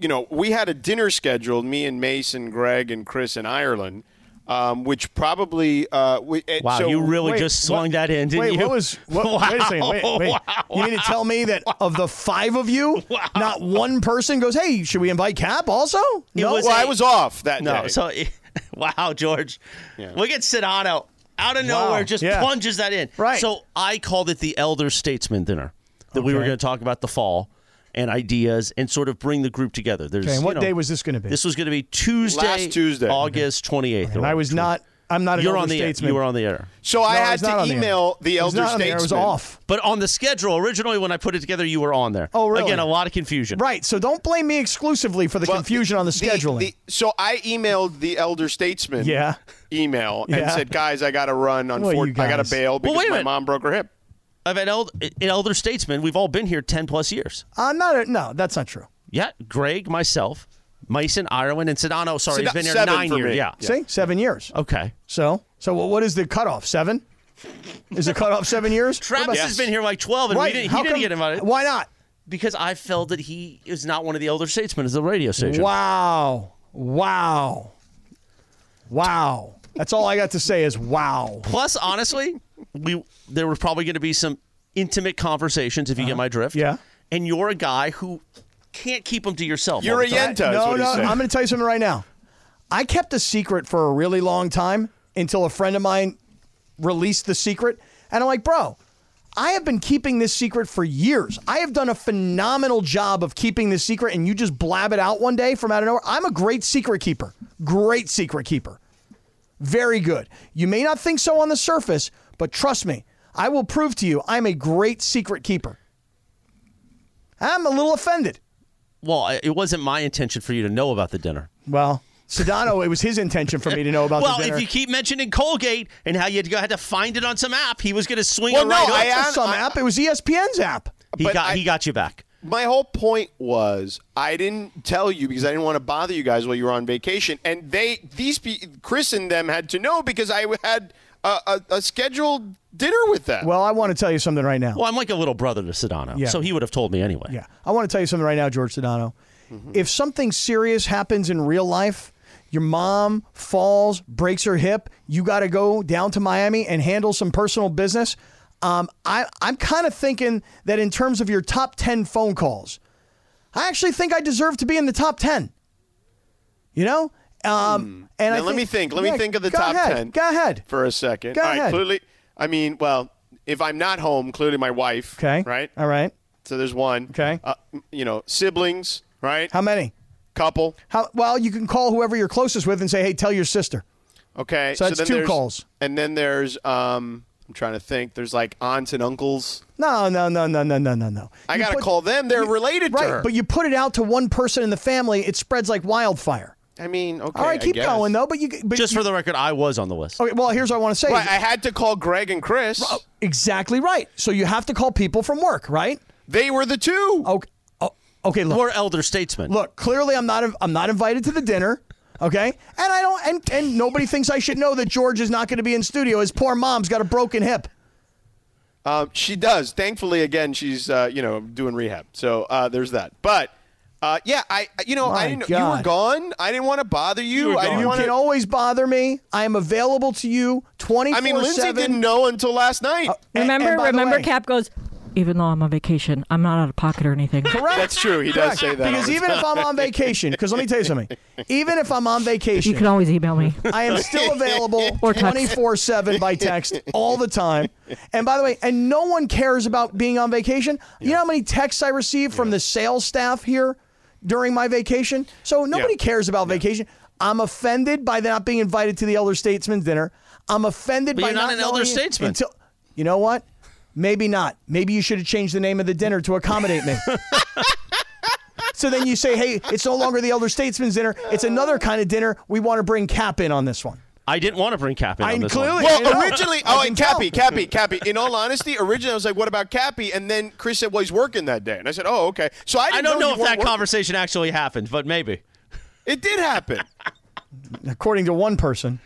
Speaker 5: you know, we had a dinner scheduled, me and Mason, Greg, and Chris in Ireland, um, which probably. Uh, we, eh,
Speaker 3: Wow,
Speaker 5: so-
Speaker 3: you really just slung that in, didn't
Speaker 4: wait,
Speaker 3: you?
Speaker 4: what was? What, Wait a second. Wait, wait. you mean to tell me that of the five of you, not one person goes, "Hey, should we invite Cap also?"
Speaker 3: I
Speaker 4: I
Speaker 3: no, So, wow, George. Look at Sedano out of
Speaker 4: Wow,
Speaker 3: nowhere just
Speaker 4: yeah.
Speaker 3: plunges that in.
Speaker 4: Right.
Speaker 3: So I called it the elder statesman dinner that we were
Speaker 4: Okay.
Speaker 3: going to talk about the fall and ideas and sort of bring the group together. There's
Speaker 4: Okay, and
Speaker 3: you
Speaker 4: what
Speaker 3: know,
Speaker 4: day was this going to be?
Speaker 3: This was going to be Tuesday,
Speaker 4: Last Tuesday.
Speaker 3: August 28th.
Speaker 4: And I was not. I'm not an
Speaker 3: You're
Speaker 4: elder
Speaker 3: on the air.
Speaker 4: statesman.
Speaker 3: You were on the air.
Speaker 5: So I had to email the, elder
Speaker 4: not on the air, it was
Speaker 5: statesman.
Speaker 4: off.
Speaker 3: But on the schedule originally when I put it together, you were on there.
Speaker 4: Oh, really?
Speaker 3: Again, a lot of confusion.
Speaker 4: Right. So don't blame me exclusively for the confusion on the scheduling.
Speaker 5: The- so I emailed the elder statesman
Speaker 4: Yeah.
Speaker 5: email and
Speaker 4: Yeah.
Speaker 5: said, guys, I got to run.
Speaker 3: Well,
Speaker 5: Unfor-
Speaker 3: you
Speaker 5: I got
Speaker 3: guys.
Speaker 5: to bail
Speaker 3: Well,
Speaker 5: because
Speaker 3: wait a
Speaker 5: my
Speaker 3: minute.
Speaker 5: mom broke her hip.
Speaker 3: I've had eld- an elder statesman. We've all been here 10 plus years.
Speaker 4: I'm not. A, no, that's not true.
Speaker 3: Yeah, Greg, myself, Mason, Ireland, and Sedano.
Speaker 4: Sed-
Speaker 3: Sorry, he's been here
Speaker 4: seven
Speaker 3: nine
Speaker 4: for
Speaker 3: years.
Speaker 4: me.
Speaker 3: Yeah.
Speaker 4: See, seven years.
Speaker 3: Okay.
Speaker 4: So, so wh- what is the cutoff? Seven? Is the cutoff seven years?
Speaker 3: Travis
Speaker 4: What about-
Speaker 3: has been here like 12, and we
Speaker 4: Right,
Speaker 3: didn't, he
Speaker 4: how
Speaker 3: didn't
Speaker 4: come-
Speaker 3: get invited.
Speaker 4: Why not?
Speaker 3: Because I felt that he is not one of the elder statesmen of the radio station.
Speaker 4: Wow. Wow. Wow. That's all I got to say is wow.
Speaker 3: Plus, honestly, we there were probably going to be some intimate conversations if you
Speaker 4: Uh-huh.
Speaker 3: get my drift. Yeah. And you're a guy who can't keep them to yourself. all the time.
Speaker 4: No, no. I'm going to tell you something right now. I kept a secret for a really long time until a friend of mine released the secret, and I'm like, bro. I have been keeping this secret for years. I have done a phenomenal job of keeping this secret, and you just blab it out one day from out of nowhere. I'm a great secret keeper. Great secret keeper. Very good. You may not think so on the surface, but trust me, I will prove to you I'm a great secret keeper. I'm a little offended.
Speaker 3: Well, I- it wasn't my intention for you to know about the dinner.
Speaker 4: Well, Sedano, it was his intention for me to know about
Speaker 3: well,
Speaker 4: the dinner.
Speaker 3: if you keep mentioning Colgate and how you had to- had to find it on some app, he was going to swing
Speaker 5: Well,
Speaker 3: it
Speaker 5: no,
Speaker 3: right
Speaker 5: I
Speaker 3: over.
Speaker 5: am-
Speaker 4: some app, it was E ESPN's app.
Speaker 3: He
Speaker 5: But
Speaker 3: got
Speaker 5: I-
Speaker 3: he got you back.
Speaker 5: My whole point was I didn't tell you because I didn't want to bother you guys while you were on vacation, and they these pe- Chris and them had to know because I had a, a, a scheduled dinner with them.
Speaker 4: Well, I want to tell you something right now.
Speaker 3: Well, I'm like a little brother to Sedano,
Speaker 4: Yeah.
Speaker 3: so he would have told me anyway.
Speaker 4: Yeah. I want to tell you something right now, George Sedano.
Speaker 5: Mm-hmm.
Speaker 4: If something serious happens in real life, your mom falls, breaks her hip, you got to go down to Miami and handle some personal business. Um, I, I'm kind of thinking that in terms of your top 10 phone calls, I actually think I deserve to be in the top 10. You know? Um, and
Speaker 5: Hmm. now
Speaker 4: I
Speaker 5: let me think. Let
Speaker 4: yeah,
Speaker 5: me think of the
Speaker 4: go
Speaker 5: top
Speaker 4: ahead.
Speaker 5: ten.
Speaker 4: Go ahead.
Speaker 5: for a second.
Speaker 4: Go
Speaker 5: All right,
Speaker 4: ahead.
Speaker 5: clearly, I mean, well, if I'm not home, clearly my wife.
Speaker 4: Okay.
Speaker 5: Right.
Speaker 4: All right.
Speaker 5: So there's one. Okay. Uh, you know, siblings. Right.
Speaker 4: How many?
Speaker 5: Couple.
Speaker 4: How well you can call whoever you're closest with and say, "Hey, tell your sister."
Speaker 5: Okay.
Speaker 4: So that's
Speaker 5: then
Speaker 4: two
Speaker 5: there's-
Speaker 4: calls.
Speaker 5: And then there's um, I'm trying to think. There's like aunts and uncles.
Speaker 4: No, no, no, no, no, no, no, no.
Speaker 5: I
Speaker 4: You
Speaker 5: gotta
Speaker 4: put-
Speaker 5: call them. They're related to
Speaker 4: right,
Speaker 5: her.
Speaker 4: but you put it out to one person in the family, it spreads like wildfire.
Speaker 5: I mean, okay.
Speaker 4: All right,
Speaker 5: I
Speaker 4: keep
Speaker 5: guess.
Speaker 4: going though. But you, but
Speaker 3: Just
Speaker 4: you- Oh.
Speaker 3: for the record, I was on the list.
Speaker 4: okay. Well, here's what I want to say. Oh,
Speaker 5: Right, I had to call Greg and Chris.
Speaker 4: exactly right. So you have to call people from work, right?
Speaker 5: They were the two.
Speaker 4: Okay. Oh, okay. Look,
Speaker 3: We're elder statesmen.
Speaker 4: look. Clearly, I'm not. I'm not invited to the dinner. Okay, and I don't. And and nobody thinks I should know that George is not going to be in studio. His poor mom's got a broken hip.
Speaker 5: Um, she does. Thankfully, again, she's uh, you know doing rehab. So uh, there's that. But uh, yeah, I you know
Speaker 4: My
Speaker 5: I didn't you were
Speaker 4: God.
Speaker 5: gone. I didn't want to bother you. I didn't
Speaker 4: You
Speaker 5: want
Speaker 4: can
Speaker 5: to.
Speaker 4: always bother me. I am available to you 24
Speaker 5: I mean, Lindsay didn't know until last night.
Speaker 8: Remember,
Speaker 4: and by the
Speaker 8: remember,
Speaker 4: way-
Speaker 8: Cap goes. Even though I'm on vacation, I'm not out of pocket or anything.
Speaker 4: Correct.
Speaker 5: That's true. He does say that. all
Speaker 4: Because
Speaker 5: the
Speaker 4: even if
Speaker 5: time.
Speaker 4: I'm on vacation, because let me tell you something, even if I'm on vacation,
Speaker 8: You can always email me.
Speaker 4: I am still available
Speaker 8: Or text.
Speaker 4: 24 7 by text all the time. And by the way, and no one cares about being on vacation. You know how many texts I received from the sales staff here during my vacation? So nobody cares about vacation. I'm offended by not being invited to the elder statesman's dinner. I'm offended
Speaker 3: But
Speaker 4: by
Speaker 3: you're not an elder
Speaker 4: knowing
Speaker 3: statesman.
Speaker 4: Until, you know what? Maybe not. Maybe you should have changed the name of the dinner to accommodate me. So then you say, hey, it's no longer the elder statesman's dinner. It's another kind of dinner. We want to bring Cap in on this one.
Speaker 3: I didn't want to bring Cap in
Speaker 4: I
Speaker 3: on this
Speaker 4: clearly-
Speaker 3: one.
Speaker 4: I know.
Speaker 5: Well, originally,
Speaker 4: I
Speaker 5: oh,
Speaker 4: can
Speaker 5: and Cappy,
Speaker 4: tell.
Speaker 5: Cappy, Cappy. In all honesty, originally I was like, "What about Cappy?" And then Chris said, "Well, he's working that day." And I said, "Oh, okay." So I,
Speaker 3: I
Speaker 5: didn't
Speaker 3: don't
Speaker 5: know,
Speaker 3: know
Speaker 5: you
Speaker 3: if
Speaker 5: weren't
Speaker 3: that
Speaker 5: working.
Speaker 3: conversation actually happened, but maybe.
Speaker 5: It did happen.
Speaker 4: According to one person.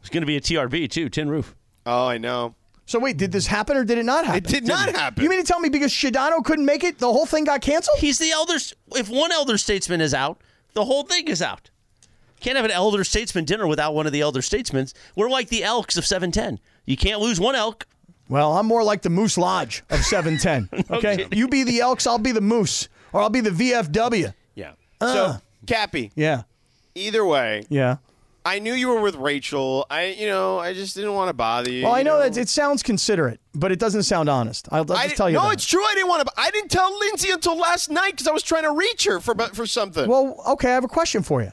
Speaker 3: It's going to be a TRB, too, Tin Roof.
Speaker 5: oh, I know.
Speaker 4: So wait, did this happen or did it not happen? It
Speaker 5: did not happen.
Speaker 4: You mean to tell me because Shadano couldn't make it, the whole thing got canceled?
Speaker 3: He's the elder. If one elder statesman is out, the whole thing is out. Can't have an elder statesman dinner without one of the elder statesmen. We're like the elks of 710. You can't lose one elk.
Speaker 4: Well, I'm more like the Moose Lodge of 710. Okay? you be the Elks, I'll be the Moose, or I'll be the VFW.
Speaker 5: Yeah.
Speaker 4: Uh.
Speaker 5: so, Cappy,
Speaker 4: Yeah.
Speaker 5: either way,
Speaker 4: Yeah.
Speaker 5: I knew you were with Rachel. I, you know, I just didn't want to bother you.
Speaker 4: Well, I
Speaker 5: you
Speaker 4: know that it sounds considerate, but it doesn't sound honest. I'll, I'll
Speaker 5: I
Speaker 4: just
Speaker 5: didn't-
Speaker 4: tell you.
Speaker 5: no,
Speaker 4: that.
Speaker 5: it's true. I didn't want to. I didn't tell Lindsay until last night because I was trying to reach her for for something.
Speaker 4: Well, okay, I have a question for you.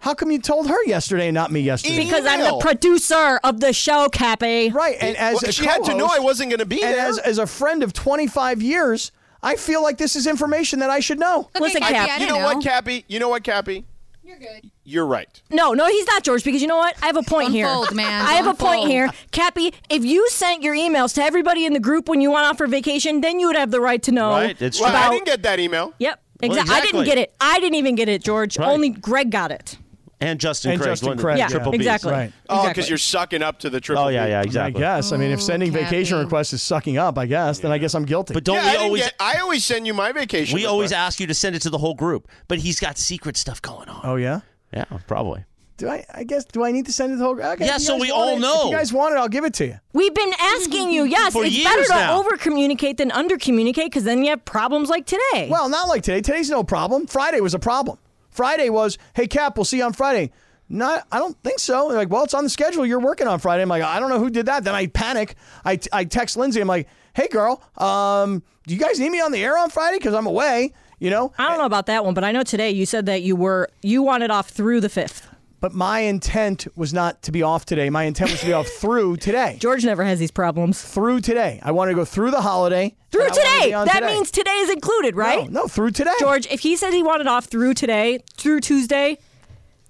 Speaker 4: How come you told her yesterday and not me yesterday?
Speaker 8: Because I'm the producer of the show, Cappy.
Speaker 4: Right, and as
Speaker 5: Well,
Speaker 4: a
Speaker 5: she had to know
Speaker 4: co-host-
Speaker 5: I wasn't going to be
Speaker 4: and
Speaker 5: there.
Speaker 4: as, as a friend of 25 years, I feel like this is information that I should know.
Speaker 8: Listen,
Speaker 5: I-
Speaker 8: Cap.
Speaker 5: you know, what, Cappy? You know what, Cappy? You're good. You're right.
Speaker 8: No, no, he's not George because you know what? I have a point
Speaker 9: Unfold,
Speaker 8: here.
Speaker 9: man.
Speaker 8: I have a point
Speaker 9: Unfold.
Speaker 8: here. Cappy, if you sent your emails to everybody in the group when you went off for vacation, then you would have the right to know.
Speaker 3: Right, it's true.
Speaker 5: Well, I
Speaker 8: About,
Speaker 5: didn't get that email.
Speaker 8: yep.
Speaker 3: Well,
Speaker 8: Exactly. I
Speaker 3: exactly.
Speaker 8: didn't get it. I didn't even get it, George.
Speaker 3: Right.
Speaker 8: Only Greg got it.
Speaker 3: And Justin
Speaker 4: And
Speaker 3: Craig.
Speaker 4: Justin
Speaker 3: won the
Speaker 4: Craig, yeah.
Speaker 3: Triple Bs.
Speaker 8: Exactly. Right.
Speaker 5: Oh, because
Speaker 8: Exactly.
Speaker 5: you're sucking up to the triple.
Speaker 3: Oh, yeah,
Speaker 5: B.
Speaker 3: yeah,
Speaker 4: I
Speaker 3: exactly.
Speaker 4: guess. I mean,
Speaker 8: Mm,
Speaker 4: if sending vacation requests is sucking up, I guess, then I guess I'm guilty.
Speaker 3: But don't
Speaker 5: Yeah, I
Speaker 3: we
Speaker 5: didn't
Speaker 3: always
Speaker 5: get- I always send you my vacation.
Speaker 3: we always
Speaker 5: request.
Speaker 3: ask you to send it to the whole group? But he's got secret stuff going on.
Speaker 4: oh yeah.
Speaker 3: Yeah, probably.
Speaker 4: Do I? I guess. Do I need to send it to the whole? Okay,
Speaker 3: Yeah,
Speaker 4: if you
Speaker 3: so
Speaker 4: guys
Speaker 3: we
Speaker 4: want
Speaker 3: all
Speaker 4: it- If
Speaker 3: know.
Speaker 4: you guys want it, I'll give it to you.
Speaker 8: We've been asking you. Yes,
Speaker 3: For
Speaker 8: it's
Speaker 3: years
Speaker 8: better to
Speaker 3: now.
Speaker 8: over communicate than under communicate because then you have problems like today.
Speaker 4: Well, not like today. Today's no problem. Friday was a problem. Friday was, hey Cap, we'll see you on Friday. Not, I don't think so. They're like, well, it's on the schedule. You're working on Friday. I'm like, I don't know who did that. Then I panic. I, I text Lindsay. I'm like, hey girl, um, do you guys need me on the air on Friday? Because I'm away. You know,
Speaker 8: I don't know about that one, but I know today you said that you were you wanted off through the fifth.
Speaker 4: But my intent was not to be off today. My intent was to be off through today.
Speaker 8: George never has these problems.
Speaker 4: Through today. I want to go through the holiday.
Speaker 8: Through
Speaker 4: and I wanted to
Speaker 8: today.
Speaker 4: be on
Speaker 8: That means today is included, right?
Speaker 4: No, no, through today.
Speaker 8: George, if he said he wanted off through today, through Tuesday,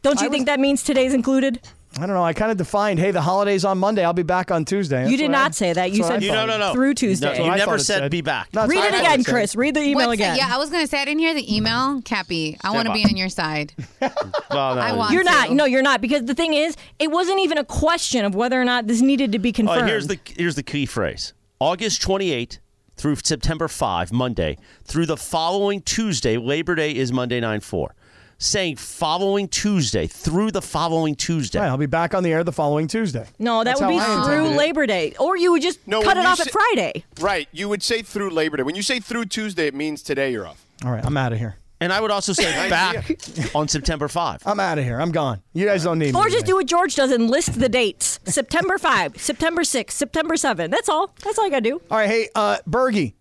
Speaker 8: don't you
Speaker 4: I
Speaker 8: think
Speaker 4: was-
Speaker 8: that means today's included?
Speaker 4: I don't know. I kind of defined, hey, the holiday's on Monday. I'll be back on Tuesday. That's
Speaker 8: you did
Speaker 4: what I-
Speaker 8: not say that.
Speaker 4: that's
Speaker 8: You
Speaker 4: what I
Speaker 8: said
Speaker 3: You no
Speaker 4: thought.
Speaker 3: no no.
Speaker 8: through Tuesday.
Speaker 3: No,
Speaker 4: what
Speaker 3: you
Speaker 4: I
Speaker 3: never
Speaker 4: thought it
Speaker 3: said
Speaker 4: said.
Speaker 3: be back.
Speaker 4: That's
Speaker 8: Read
Speaker 4: what I
Speaker 8: it
Speaker 4: thought
Speaker 8: again,
Speaker 4: said.
Speaker 8: Chris. Read the email
Speaker 9: What's
Speaker 8: again.
Speaker 9: It? Yeah, I was gonna say I didn't hear the email, Cappy. I want to
Speaker 3: by.
Speaker 9: be on your side.
Speaker 3: Well, no,
Speaker 9: I want-
Speaker 8: You're not.
Speaker 9: to.
Speaker 8: No, you're not. Because the thing is, it wasn't even a question of whether or not this needed to be
Speaker 3: All
Speaker 8: confirmed.
Speaker 3: right, here's the here's the key phrase: August 28 through September 5, Monday through the following Tuesday. Labor Day is Monday 9 4. Saying following Tuesday through the following Tuesday.
Speaker 4: Right, I'll be back on the air the following Tuesday.
Speaker 8: no, that
Speaker 4: That's
Speaker 8: would be
Speaker 4: how I intended
Speaker 8: through
Speaker 4: it.
Speaker 8: Labor Day, or you would just
Speaker 5: No,
Speaker 8: cut
Speaker 5: when
Speaker 8: it
Speaker 5: you
Speaker 8: off
Speaker 5: say-
Speaker 8: at Friday.
Speaker 5: Right. You would say through Labor Day. When you say through Tuesday, it means today you're off.
Speaker 4: All right, I'm out of here.
Speaker 3: And I would also say back on September 5.
Speaker 4: I'm out of here. I'm gone. You guys don't need me.
Speaker 8: Or just
Speaker 4: today.
Speaker 8: do what George does and list the dates: September five, September six, September seven. That's all. That's all I gotta do.
Speaker 4: All right, hey, uh, Bergie,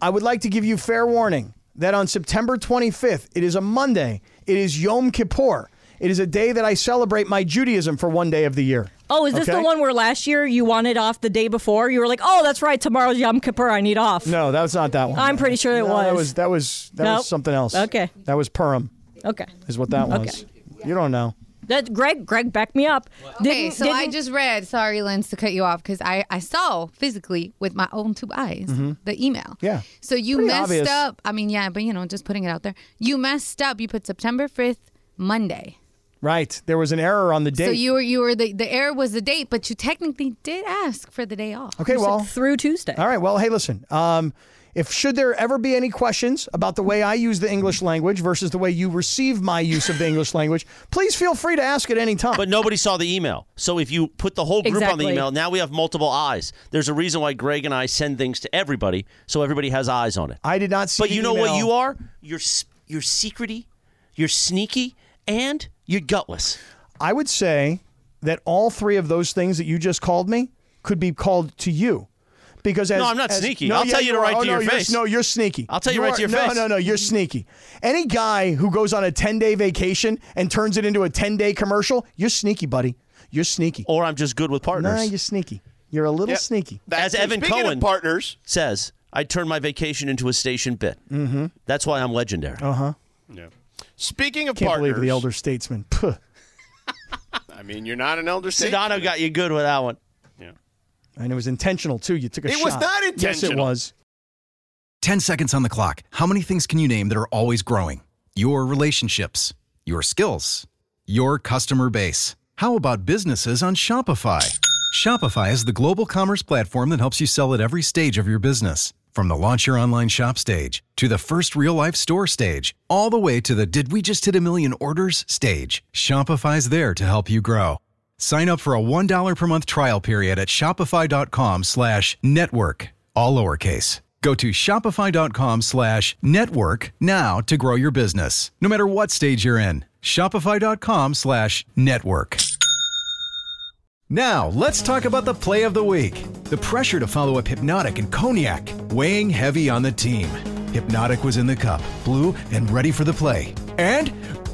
Speaker 4: I would like to give you fair warning that on September 25th, it is a Monday. It is Yom Kippur. It is a day that I celebrate my Judaism for one day of the year.
Speaker 8: Oh, is this the
Speaker 4: Okay?
Speaker 8: one where last year you wanted off the day before? You were like, "Oh, that's right, tomorrow's Yom Kippur. I need off."
Speaker 4: No, that was not that one.
Speaker 8: I'm pretty sure it
Speaker 4: No, That
Speaker 8: was.
Speaker 4: was that was that
Speaker 8: Nope.
Speaker 4: was something else.
Speaker 8: Okay.
Speaker 4: That was Purim,
Speaker 8: Okay.
Speaker 4: is what that was. You don't know.
Speaker 8: That Greg, Greg, back me up.
Speaker 9: Okay,
Speaker 8: Didn't-
Speaker 9: so I
Speaker 8: didn't-
Speaker 9: just read. Sorry, Lens, to cut you off because I I saw physically with my own two eyes the email.
Speaker 4: Yeah.
Speaker 9: So you
Speaker 4: Mm-hmm.
Speaker 9: messed
Speaker 4: Pretty obvious.
Speaker 9: up. I mean, yeah, but you know, just putting it out there. You messed up. You put September fifth, Monday.
Speaker 4: Right. There was an error on the date.
Speaker 9: So you were you were the the error was the date, but you technically did ask for the day off.
Speaker 4: okay, well.
Speaker 8: through Tuesday.
Speaker 4: All right. Well, hey, listen. Um, if should there ever be any questions about the way I use the English language versus the way you receive my use of the English language, please feel free to ask at any time.
Speaker 3: But nobody saw the email. So if you put the whole group on
Speaker 8: Exactly.
Speaker 3: the email, now we have multiple eyes. There's a reason why Greg and I send things to everybody so everybody has eyes on it.
Speaker 4: I did not see.
Speaker 3: But
Speaker 4: the
Speaker 3: you know what
Speaker 4: email.
Speaker 3: you are? You're s- you're secrety, you're sneaky, and you're gutless.
Speaker 4: I would say that all three of those things that you just called me could be called to you. Because as,
Speaker 3: No, I'm not
Speaker 4: as-
Speaker 3: sneaky. I'll tell you to
Speaker 4: are.
Speaker 3: right to
Speaker 4: Oh,
Speaker 3: your
Speaker 4: no, you're-
Speaker 3: face.
Speaker 4: no, you're sneaky.
Speaker 3: I'll tell you right
Speaker 4: are-
Speaker 3: to your
Speaker 4: no,
Speaker 3: face.
Speaker 4: No, no, You're sneaky. Any guy who goes on a 10 day vacation and turns it into a 10 day commercial, you're sneaky, buddy. You're sneaky.
Speaker 3: Or I'm just good with partners.
Speaker 4: Nah, you're sneaky. You're a little
Speaker 5: Yeah.
Speaker 4: sneaky.
Speaker 3: As
Speaker 5: That's it.
Speaker 3: Evan
Speaker 5: Speaking
Speaker 3: Cohen-
Speaker 5: of partners.
Speaker 3: says, I turned my vacation into a station bit. Mm-hmm. That's why I'm legendary.
Speaker 5: Speaking of
Speaker 4: Uh-huh. Can't
Speaker 5: partners.
Speaker 4: believe the elder statesman. Puh.
Speaker 5: I mean, you're not an elder. statesman.
Speaker 3: Sedano got you good with that one.
Speaker 4: And it was intentional too. You took a
Speaker 5: It
Speaker 4: shot.
Speaker 5: was not
Speaker 4: Yes, it
Speaker 5: intentional.
Speaker 4: was.
Speaker 10: 10 seconds on the clock. How many things can you name that are always growing? Your relationships, your skills, your customer base. How about businesses on Shopify? Shopify is the global commerce platform that helps you sell at every stage of your business. From the launch your online shop stage to the first real life store stage, all the way to the did we just hit a million orders stage. Shopify's there to help you grow. Sign up for a $1 per month trial period at Shopify.com slash network. All lowercase. Go to Shopify.com slash network now to grow your business. No matter what stage you're in. Shopify.com slash network. Now, let's talk about the play of the week. The pressure to follow up Hypnotic and Cognac, weighing heavy on the team. Hypnotic was in the cup, blue, and ready for the play. And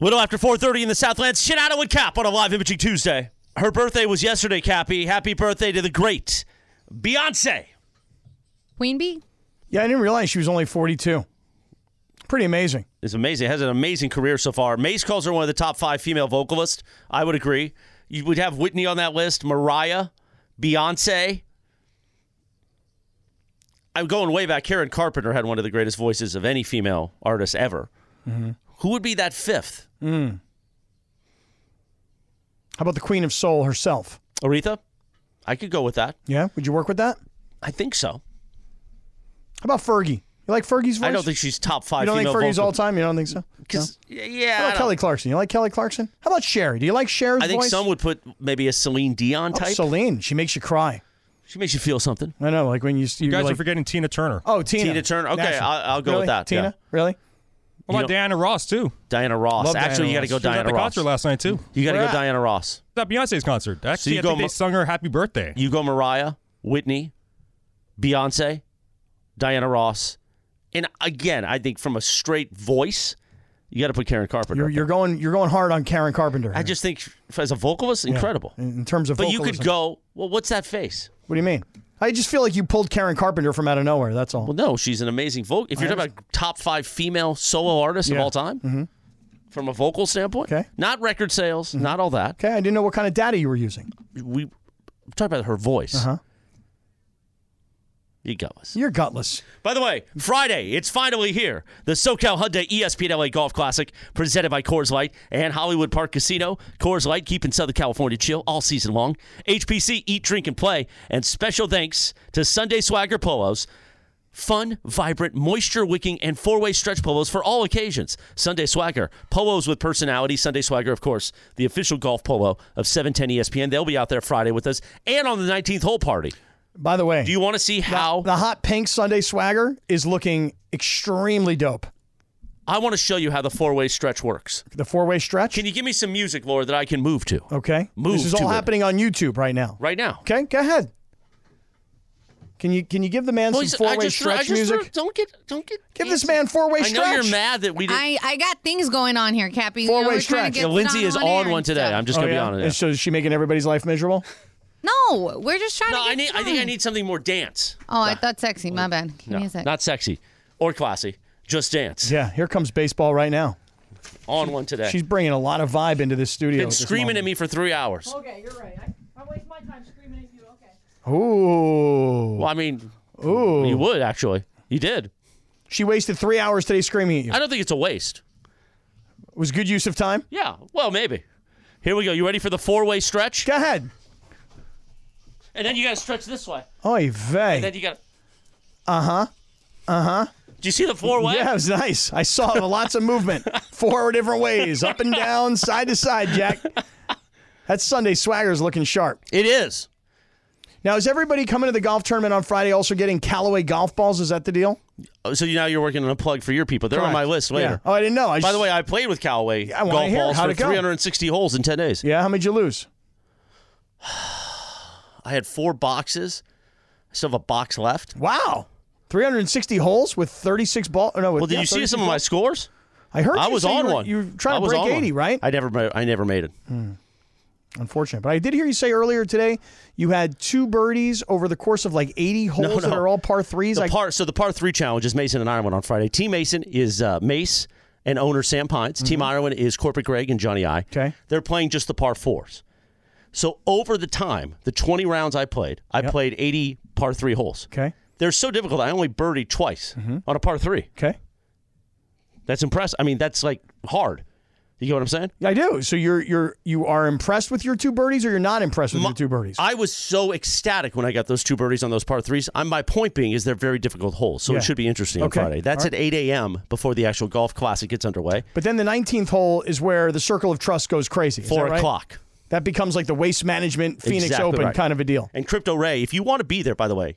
Speaker 3: Little after 4.30 in the Southlands, Shenandoah and Cap on a live imaging Tuesday. Her birthday was yesterday, Cappy. Happy birthday to the great Beyonce.
Speaker 9: Queen Bee.
Speaker 4: Yeah, I didn't realize she was only 42. Pretty amazing.
Speaker 3: It's amazing. Has an amazing career so far. Mace calls her one of the top five female vocalists. I would agree. You would have Whitney on that list, Mariah, Beyonce. I'm going way back. Karen Carpenter had one of the greatest voices of any female artist ever.
Speaker 4: Mhm.
Speaker 3: Who would be that fifth?
Speaker 4: Mm. How about the Queen of Soul herself?
Speaker 3: Aretha? I could go with that.
Speaker 4: Yeah, would you work with that?
Speaker 3: I think so.
Speaker 4: How about Fergie? You like Fergie's voice?
Speaker 3: I don't think she's top five
Speaker 4: You don't think
Speaker 3: female
Speaker 4: Fergie's
Speaker 3: vocal-
Speaker 4: all time? You don't think so? Because
Speaker 3: yeah,
Speaker 4: How
Speaker 3: I
Speaker 4: about
Speaker 3: don't-
Speaker 4: Kelly Clarkson? You like Kelly Clarkson? How about Sherry? Do you like Sherry's
Speaker 3: I think
Speaker 4: voice?
Speaker 3: some would put maybe a Celine Dion
Speaker 4: Oh,
Speaker 3: type.
Speaker 4: Celine, she makes you cry.
Speaker 3: She makes you feel something.
Speaker 4: I know, like when you you,
Speaker 3: You guys are
Speaker 4: like,
Speaker 11: forgetting Tina Turner.
Speaker 4: Oh, Tina.
Speaker 3: Tina Turner. Okay,
Speaker 4: Naturally.
Speaker 3: I'll- I'll go
Speaker 4: Really?
Speaker 3: with that,
Speaker 4: Tina,
Speaker 3: yeah.
Speaker 4: really?
Speaker 11: What about Diana Ross too?
Speaker 3: Diana Ross.
Speaker 11: Love Diana
Speaker 3: Actually, you got to
Speaker 11: Ross.
Speaker 3: go
Speaker 11: She was at
Speaker 3: Diana
Speaker 11: the
Speaker 3: Ross.
Speaker 11: concert last night too.
Speaker 3: You got to
Speaker 11: Where
Speaker 3: go
Speaker 11: at?
Speaker 3: Diana Ross.
Speaker 11: At Beyonce's concert. Actually,
Speaker 3: you
Speaker 11: I
Speaker 3: go
Speaker 11: think
Speaker 3: Ma-
Speaker 11: they sung her "Happy Birthday."
Speaker 3: You go Mariah, Whitney, Beyonce, Diana Ross, and again, I think from a straight voice, you got to put Karen Carpenter.
Speaker 4: You're,
Speaker 3: up
Speaker 4: you're going you're going hard on Karen Carpenter.
Speaker 3: there. I just think as a vocalist,
Speaker 4: Yeah.
Speaker 3: incredible.
Speaker 4: in, in terms of.
Speaker 3: But you could
Speaker 4: vocalism.
Speaker 3: go. Well, what's that face?
Speaker 4: What do you mean? I just feel like you pulled Karen Carpenter from out of nowhere. That's all.
Speaker 3: Well, no, she's an amazing vocal. If you're
Speaker 4: I
Speaker 3: talking about top five female solo artists of
Speaker 4: Yeah.
Speaker 3: all time,
Speaker 11: Mm-hmm.
Speaker 3: from a vocal standpoint, okay. not record sales, not all that.
Speaker 4: Okay, I didn't know what kind of data you were using.
Speaker 3: We talked about her voice.
Speaker 4: Uh huh.
Speaker 3: You gutless.
Speaker 4: You're gutless.
Speaker 3: By the way, Friday, it's finally here. The SoCal Hyundai E ESPN LA Golf Classic, presented by Coors Light and Hollywood Park Casino. Coors Light, keeping Southern California chill all season long. HPC, eat, drink, and play. And special thanks to Sunday Swagger Polos. Fun, vibrant, moisture wicking, and four way stretch polos for all occasions. Sunday Swagger. Polos with personality. Sunday Swagger, of course, the official golf polo of E 710 ESPN. They'll be out there Friday with us and on the 19th hole party.
Speaker 4: By the way,
Speaker 3: do you want to see how
Speaker 4: The hot pink Sunday swagger is looking extremely dope.
Speaker 3: I want to show you how the four way stretch works.
Speaker 4: The four way stretch.
Speaker 3: Can you give me some music, Laura, that I can move to?
Speaker 4: Okay.
Speaker 3: Move
Speaker 4: this is
Speaker 3: to
Speaker 4: all
Speaker 3: it.
Speaker 4: happening on YouTube right now.
Speaker 3: Right now.
Speaker 4: Okay, go ahead. Can you can you give the man
Speaker 3: Well, he's-
Speaker 4: some four
Speaker 3: I
Speaker 4: way
Speaker 3: just threw- I
Speaker 4: stretch
Speaker 3: just threw-
Speaker 4: music?
Speaker 3: don't get don't get
Speaker 4: Give this man four way
Speaker 3: I know
Speaker 4: stretch.
Speaker 3: you're mad that we didn't.
Speaker 9: I, I got things going on here, Cappy. You know,
Speaker 4: Four-way
Speaker 9: we're trying to
Speaker 4: stretch.
Speaker 9: get
Speaker 3: Yeah, Lindsay
Speaker 9: Lindsay
Speaker 3: is on one today. I'm just
Speaker 4: Oh,
Speaker 3: going to
Speaker 4: yeah?
Speaker 3: be honest.
Speaker 4: And so is she making everybody's life miserable?
Speaker 9: No, we're just trying
Speaker 3: No,
Speaker 9: to.
Speaker 3: I need. I think I need something more dance.
Speaker 9: Oh, I thought sexy. My bad. Give
Speaker 3: No,
Speaker 9: me a sec.
Speaker 3: not sexy or classy. Just dance.
Speaker 4: Yeah, here comes baseball right now.
Speaker 3: On one today.
Speaker 4: She's bringing a lot of vibe into this studio.
Speaker 3: been screaming at me for three hours.
Speaker 8: Okay, you're right. I, I waste my time screaming at you.
Speaker 4: Ooh.
Speaker 3: Well, I mean,
Speaker 4: Ooh.
Speaker 3: you would actually. You did.
Speaker 4: She wasted three hours today screaming at you.
Speaker 3: I don't think it's a waste.
Speaker 4: It was good use of time.
Speaker 3: Yeah. Well, maybe. Here we go. You ready for the four-way stretch?
Speaker 4: Go ahead.
Speaker 3: And then you got to stretch this way.
Speaker 4: Oy
Speaker 3: And then
Speaker 4: vey.
Speaker 3: you got.
Speaker 4: Uh huh. Uh huh.
Speaker 3: Do you see the four-way?
Speaker 4: Yeah, it was nice. I saw it. lots of movement, four different ways, up and down, side to side. Jack, that Sunday swagger's looking sharp.
Speaker 3: It is.
Speaker 4: Now, is everybody coming to the golf tournament on Friday? Also getting Callaway golf balls? Is that the deal?
Speaker 3: Oh, So you, now you're working on a plug for your people. They're on
Speaker 4: Correct.
Speaker 3: my list later.
Speaker 4: Yeah. Oh, I didn't know. I
Speaker 3: By
Speaker 4: just-
Speaker 3: the way, I played with Callaway
Speaker 4: I wanna
Speaker 3: golf
Speaker 4: hear.
Speaker 3: balls
Speaker 4: How'd
Speaker 3: for
Speaker 4: it go?
Speaker 3: 360 holes in 10 days.
Speaker 4: Yeah, how many did you lose?
Speaker 3: I had four boxes. I still have a box left.
Speaker 4: Wow, 360 holes with 36 ball. No, with,
Speaker 3: Well, did
Speaker 4: yeah,
Speaker 3: you see
Speaker 4: 36
Speaker 3: some of my
Speaker 4: balls.
Speaker 3: scores?
Speaker 4: I heard
Speaker 3: I
Speaker 4: you
Speaker 3: was
Speaker 4: say you
Speaker 3: on
Speaker 4: were-
Speaker 3: one.
Speaker 4: you were trying to
Speaker 3: I was
Speaker 4: break Hmm.
Speaker 3: on one.
Speaker 4: 80, right?
Speaker 3: I never, ma- I never made it.
Speaker 4: Unfortunate. But I did hear you say earlier today you had two birdies over the course of like 80 holes
Speaker 3: no.
Speaker 4: that are all par threes.
Speaker 3: The
Speaker 4: I-
Speaker 3: par, so the par three challenge is Mason and Irwin on Friday. Team Mason is uh, Mace and owner Sam Pines. Team
Speaker 4: Mm-hmm.
Speaker 3: Irwin is Corporate Greg and Johnny I. Okay. They're playing just the par fours. So over the time, the 20 rounds I played, I played 80 par three holes.
Speaker 4: Okay. Mm-hmm.
Speaker 3: They're so difficult. I only birdied twice on a par three.
Speaker 4: Okay.
Speaker 3: That's impressive. I mean, that's like hard. You get what I'm saying?
Speaker 4: I do. So you're you're you are impressed with your two birdies or you're not impressed with your two birdies?
Speaker 3: I was so ecstatic when I got those two birdies on those par threes. I, my point being is they're very difficult holes, so
Speaker 4: Yeah.
Speaker 3: it should be interesting
Speaker 4: Okay.
Speaker 3: on Friday. That's
Speaker 4: All right.
Speaker 3: at 8 a.m. before the actual golf classic gets underway.
Speaker 4: But then the 19th hole is where the circle of trust goes crazy. Is
Speaker 3: Four
Speaker 4: that right?
Speaker 3: o'clock.
Speaker 4: That becomes like the waste management Phoenix
Speaker 3: Exactly
Speaker 4: Open
Speaker 3: right.
Speaker 4: kind of a deal.
Speaker 3: And Crypto Ray, if you want to be there, by the way,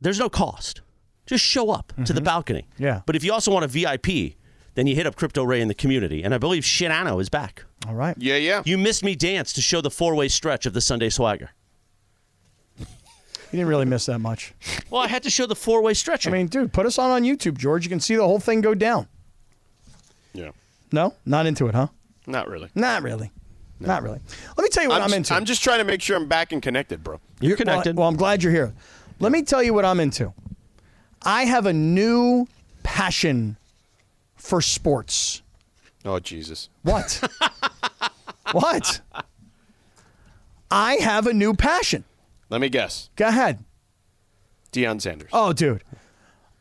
Speaker 3: there's no cost. Just show up to the balcony.
Speaker 4: Mm-hmm. Yeah.
Speaker 3: But if you also want a VIP, then you hit up Crypto Ray in the community. And I believe Shinano is back.
Speaker 4: All right.
Speaker 5: Yeah, yeah.
Speaker 3: You missed me dance to show the four way stretch of the Sunday swagger.
Speaker 4: You didn't really miss that much.
Speaker 3: Well, I had to show the four way stretching.
Speaker 4: I mean, dude, put us on on YouTube, George. You can see the whole thing go down.
Speaker 5: Yeah.
Speaker 4: No, not into it, huh?
Speaker 5: Not really.
Speaker 4: Not really. Not really. Let me tell you what I'm,
Speaker 5: just,
Speaker 4: into.
Speaker 5: I'm just trying to make sure I'm back and connected, bro.
Speaker 4: You're connected. Well, I'm glad you're here. Let me tell you what I'm into. I have a new passion for sports.
Speaker 5: Oh Jesus.
Speaker 4: What? what? I have a new passion.
Speaker 5: Let me guess.
Speaker 4: Go ahead.
Speaker 5: Deion Sanders.
Speaker 4: Oh, dude.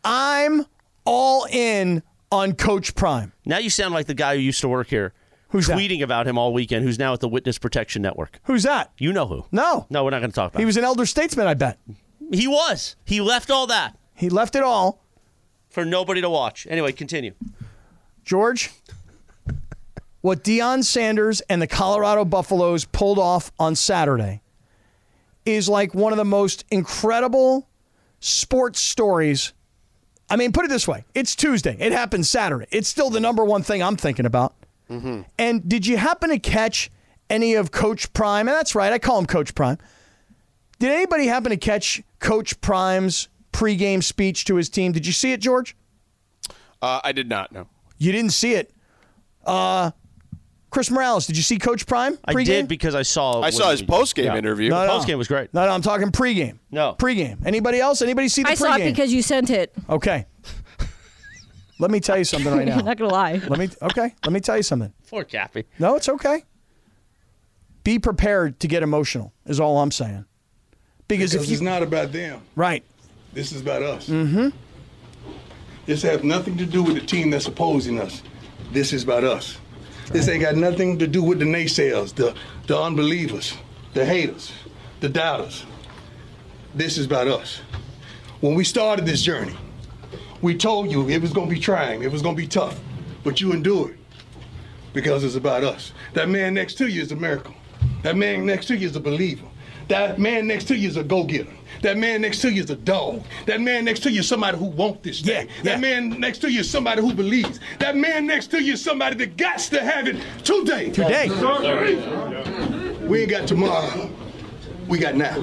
Speaker 4: I'm all in on Coach Prime.
Speaker 3: Now you sound like the guy who used to work here,
Speaker 4: Who's that?
Speaker 3: tweeting about him all weekend, who's now at the Witness Protection Network.
Speaker 4: Who's that?
Speaker 3: You know who?
Speaker 4: No.
Speaker 3: No, we're not going to talk about.
Speaker 4: He
Speaker 3: it.
Speaker 4: was an elder statesman, I bet.
Speaker 3: He was. He left all that
Speaker 4: He left it all.
Speaker 3: for nobody to watch. Anyway, continue.
Speaker 4: George, what Deion Sanders and the Colorado Buffaloes pulled off on Saturday is like one of the most incredible sports stories. I mean, put it this way it's Tuesday, it happened Saturday. It's still the number one thing I'm thinking about. And did you happen to catch any of Coach Prime? And that's right, I call him Coach Prime. Did anybody happen to catch Coach Prime's pregame speech to his team? Did you see it, George?
Speaker 5: Uh, I did not know.
Speaker 4: You didn't see it. Uh, Chris Morales, did you see Coach Prime?
Speaker 3: I did because I saw.
Speaker 5: I saw his post-game interview.
Speaker 4: No, no.
Speaker 3: Post game was great.
Speaker 4: No, no, I'm talking pregame.
Speaker 3: No.
Speaker 4: Pregame. Anybody else? Anybody see the
Speaker 8: I
Speaker 4: pregame?
Speaker 8: saw it because you sent it.
Speaker 4: Okay. Let me tell you something right now.
Speaker 8: I'm not gonna lie.
Speaker 4: Let me okay. Let me tell you something.
Speaker 3: Poor Cappy.
Speaker 4: No, it's okay. Be prepared to get emotional. Is all I'm saying. Because, if you
Speaker 12: it's not about them,
Speaker 4: right,
Speaker 12: this is about us. Mm-hmm. This has nothing to do with the team that's opposing us. This is about us. This ain't got nothing to do with the naysayers, the the unbelievers, the haters, the doubters. This is about us. When we started this journey, we told you it was gonna be trying, it was gonna be tough, but you endured because it's about us. That man next to you is a miracle. That man next to you is a believer. That man next to you is a go-getter. That man next to you is a dog. That man next to you is somebody who wants this thing. That man next to you is somebody who believes. That man next to you is somebody that got to have it today.
Speaker 4: Today.
Speaker 12: We ain't got tomorrow. We got now.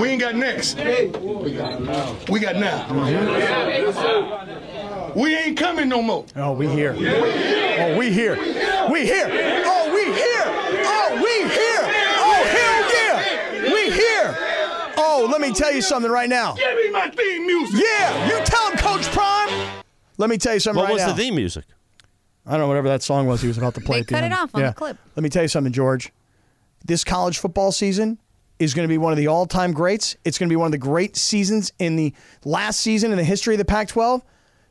Speaker 12: We ain't got next. We got now. We got now. We ain't coming no more.
Speaker 4: Oh, we here. Oh, we here. We here. Oh, we here. Oh, we here. Oh, hell yeah. We here. Oh, let me tell you something right now.
Speaker 12: Give me my theme music.
Speaker 4: Yeah, you tell him, Coach Prime. Let me tell you something
Speaker 3: What
Speaker 4: right
Speaker 3: was
Speaker 4: now.
Speaker 3: the theme music?
Speaker 4: I don't know whatever that song was he was about to play.
Speaker 9: They
Speaker 4: at the
Speaker 9: cut it
Speaker 4: end.
Speaker 9: off on the clip.
Speaker 4: Let me tell you something, George. This college football season is going to be one of the all-time greats. It's going to be one of the great seasons in the last season in the history of the Pac-12.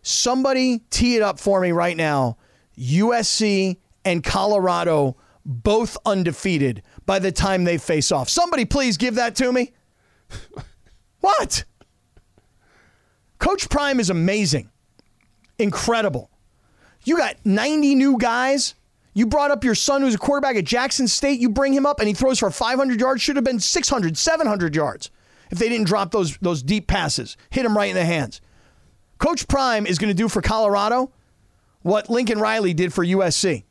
Speaker 4: Somebody tee it up for me right now. USC and Colorado both undefeated by the time they face off. Somebody please give that to me. what? Coach Prime is amazing. Incredible. You got 90 new guys. You brought up your son who's a quarterback at Jackson State. You bring him up and he throws for 500 yards. Should have been 600, 700 yards if they didn't drop those, those deep passes, hit him right in the hands. Coach Prime is going to do for Colorado what Lincoln Riley did for USC.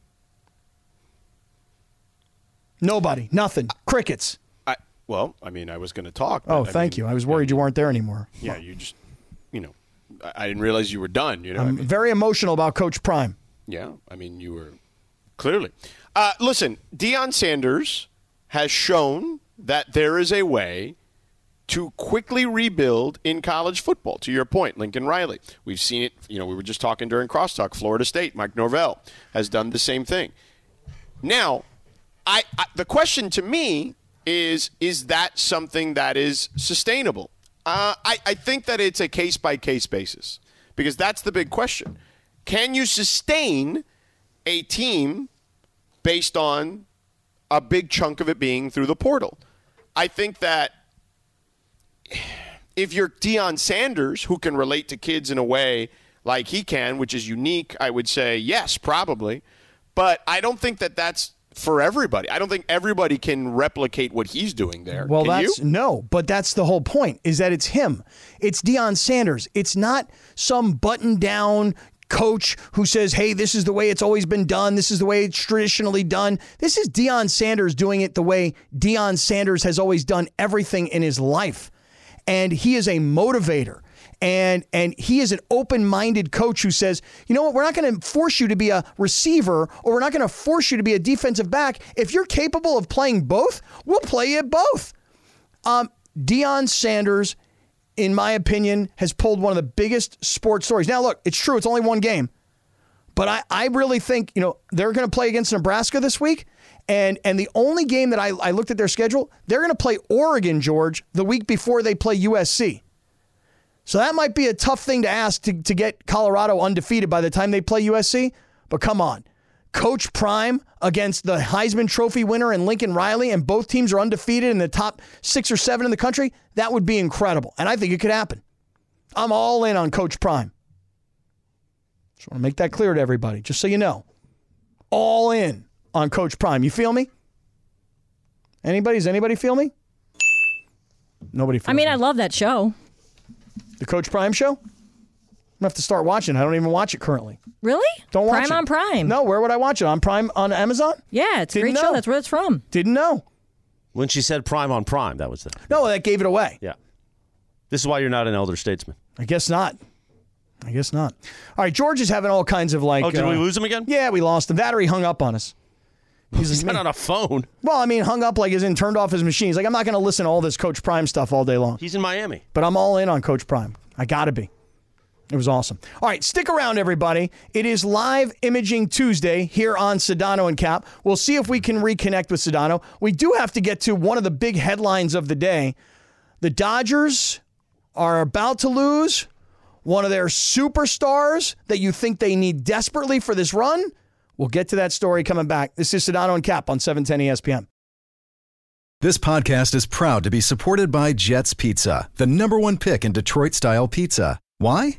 Speaker 4: Nobody, nothing, crickets.
Speaker 5: I, well, I mean, I was going to talk. but
Speaker 4: Oh,
Speaker 5: I
Speaker 4: thank you. I was worried you weren't there anymore.
Speaker 5: mean, Yeah, you just, you know, I- I didn't realize you were done. You know, I
Speaker 4: I'm
Speaker 5: mean,
Speaker 4: very emotional about Coach Prime.
Speaker 5: yeah, I mean, you were clearly. Uh, listen, Deion Sanders has shown that there is a way to quickly rebuild in college football. To your point, Lincoln Riley. We've seen it. You know, we were just talking during crosstalk. Florida State, Mike Norvell has done the same thing. Now, I, I the question to me is: Is that something that is sustainable? Uh, I, I think that it's a case by case basis because that's the big question. Can you sustain a team based on a big chunk of it being through the portal? I think that if you're Deion Sanders, who can relate to kids in a way like he can, which is unique, I would say yes, probably. But I don't think that that's for everybody. I don't think everybody can replicate what he's doing there.
Speaker 4: Well,
Speaker 5: Can
Speaker 4: that's
Speaker 5: you?
Speaker 4: no, but that's the whole point is that it's him. It's Deion Sanders. It's not some button down coach who says, hey, this is the way it's always been done. This is the way it's traditionally done. This is Deion Sanders doing it the way Deion Sanders has always done everything in his life. And he is a motivator and and he is an open-minded coach who says, you know what, we're not going to force you to be a receiver or we're not going to force you to be a defensive back. If you're capable of playing both, we'll play you at both. Um, Deion Sanders, in my opinion, has pulled one of the biggest sports stories. Now, look, it's true; it's only one game, but I, I really think, you know, they're going to play against Nebraska this week. And and the only game that I, I looked at their schedule, they're going to play Oregon, George, the week before they play USC. So that might be a tough thing to ask to, to get Colorado undefeated by the time they play USC. But come on. Coach Prime against the Heisman Trophy winner and Lincoln Riley, and both teams are undefeated in the top six or seven in the country. That would be incredible. And I think it could happen. I'm all in on Coach Prime. Just want to make that clear to everybody, just so you know. All in on Coach Prime. You feel me? Anybody? Does anybody feel me? Nobody feels
Speaker 8: I mean, I love that show.
Speaker 4: The Coach Prime show? I'm going to have to start watching. I don't even watch it currently.
Speaker 8: Really?
Speaker 4: Don't watch
Speaker 8: Prime
Speaker 4: it.
Speaker 8: on Prime.
Speaker 4: No, where would I watch it? On Prime on Amazon?
Speaker 8: Yeah, it's a
Speaker 4: Didn't
Speaker 8: great show.
Speaker 4: know.
Speaker 8: That's where it's from.
Speaker 4: Didn't know.
Speaker 3: When she said prime on prime, that was the.
Speaker 4: No, that gave it away.
Speaker 3: Yeah. This is why you're not an elder statesman.
Speaker 4: I guess not. I guess not. All right, George is having all kinds of like. uh,
Speaker 3: Oh, did we lose him again?
Speaker 4: Yeah, we lost him. That or he hung up on us. He's,
Speaker 3: not on a phone.
Speaker 4: Well, I mean, hung up like as in turned off his machine. He's like, I'm not going to listen to all this Coach Prime stuff all day long.
Speaker 3: He's in Miami.
Speaker 4: But I'm all in on Coach Prime. I got to be. It was awesome. All right, stick around, everybody. It is live imaging Tuesday here on Sedano and Cap. We'll see if we can reconnect with Sedano. We do have to get to one of the big headlines of the day. The Dodgers are about to lose one of their superstars that you think they need desperately for this run. We'll get to that story coming back. This is Sedano and Cap on E 710 ESPN.
Speaker 10: This podcast is proud to be supported by Jets Pizza, the number one pick in Detroit style pizza. Why?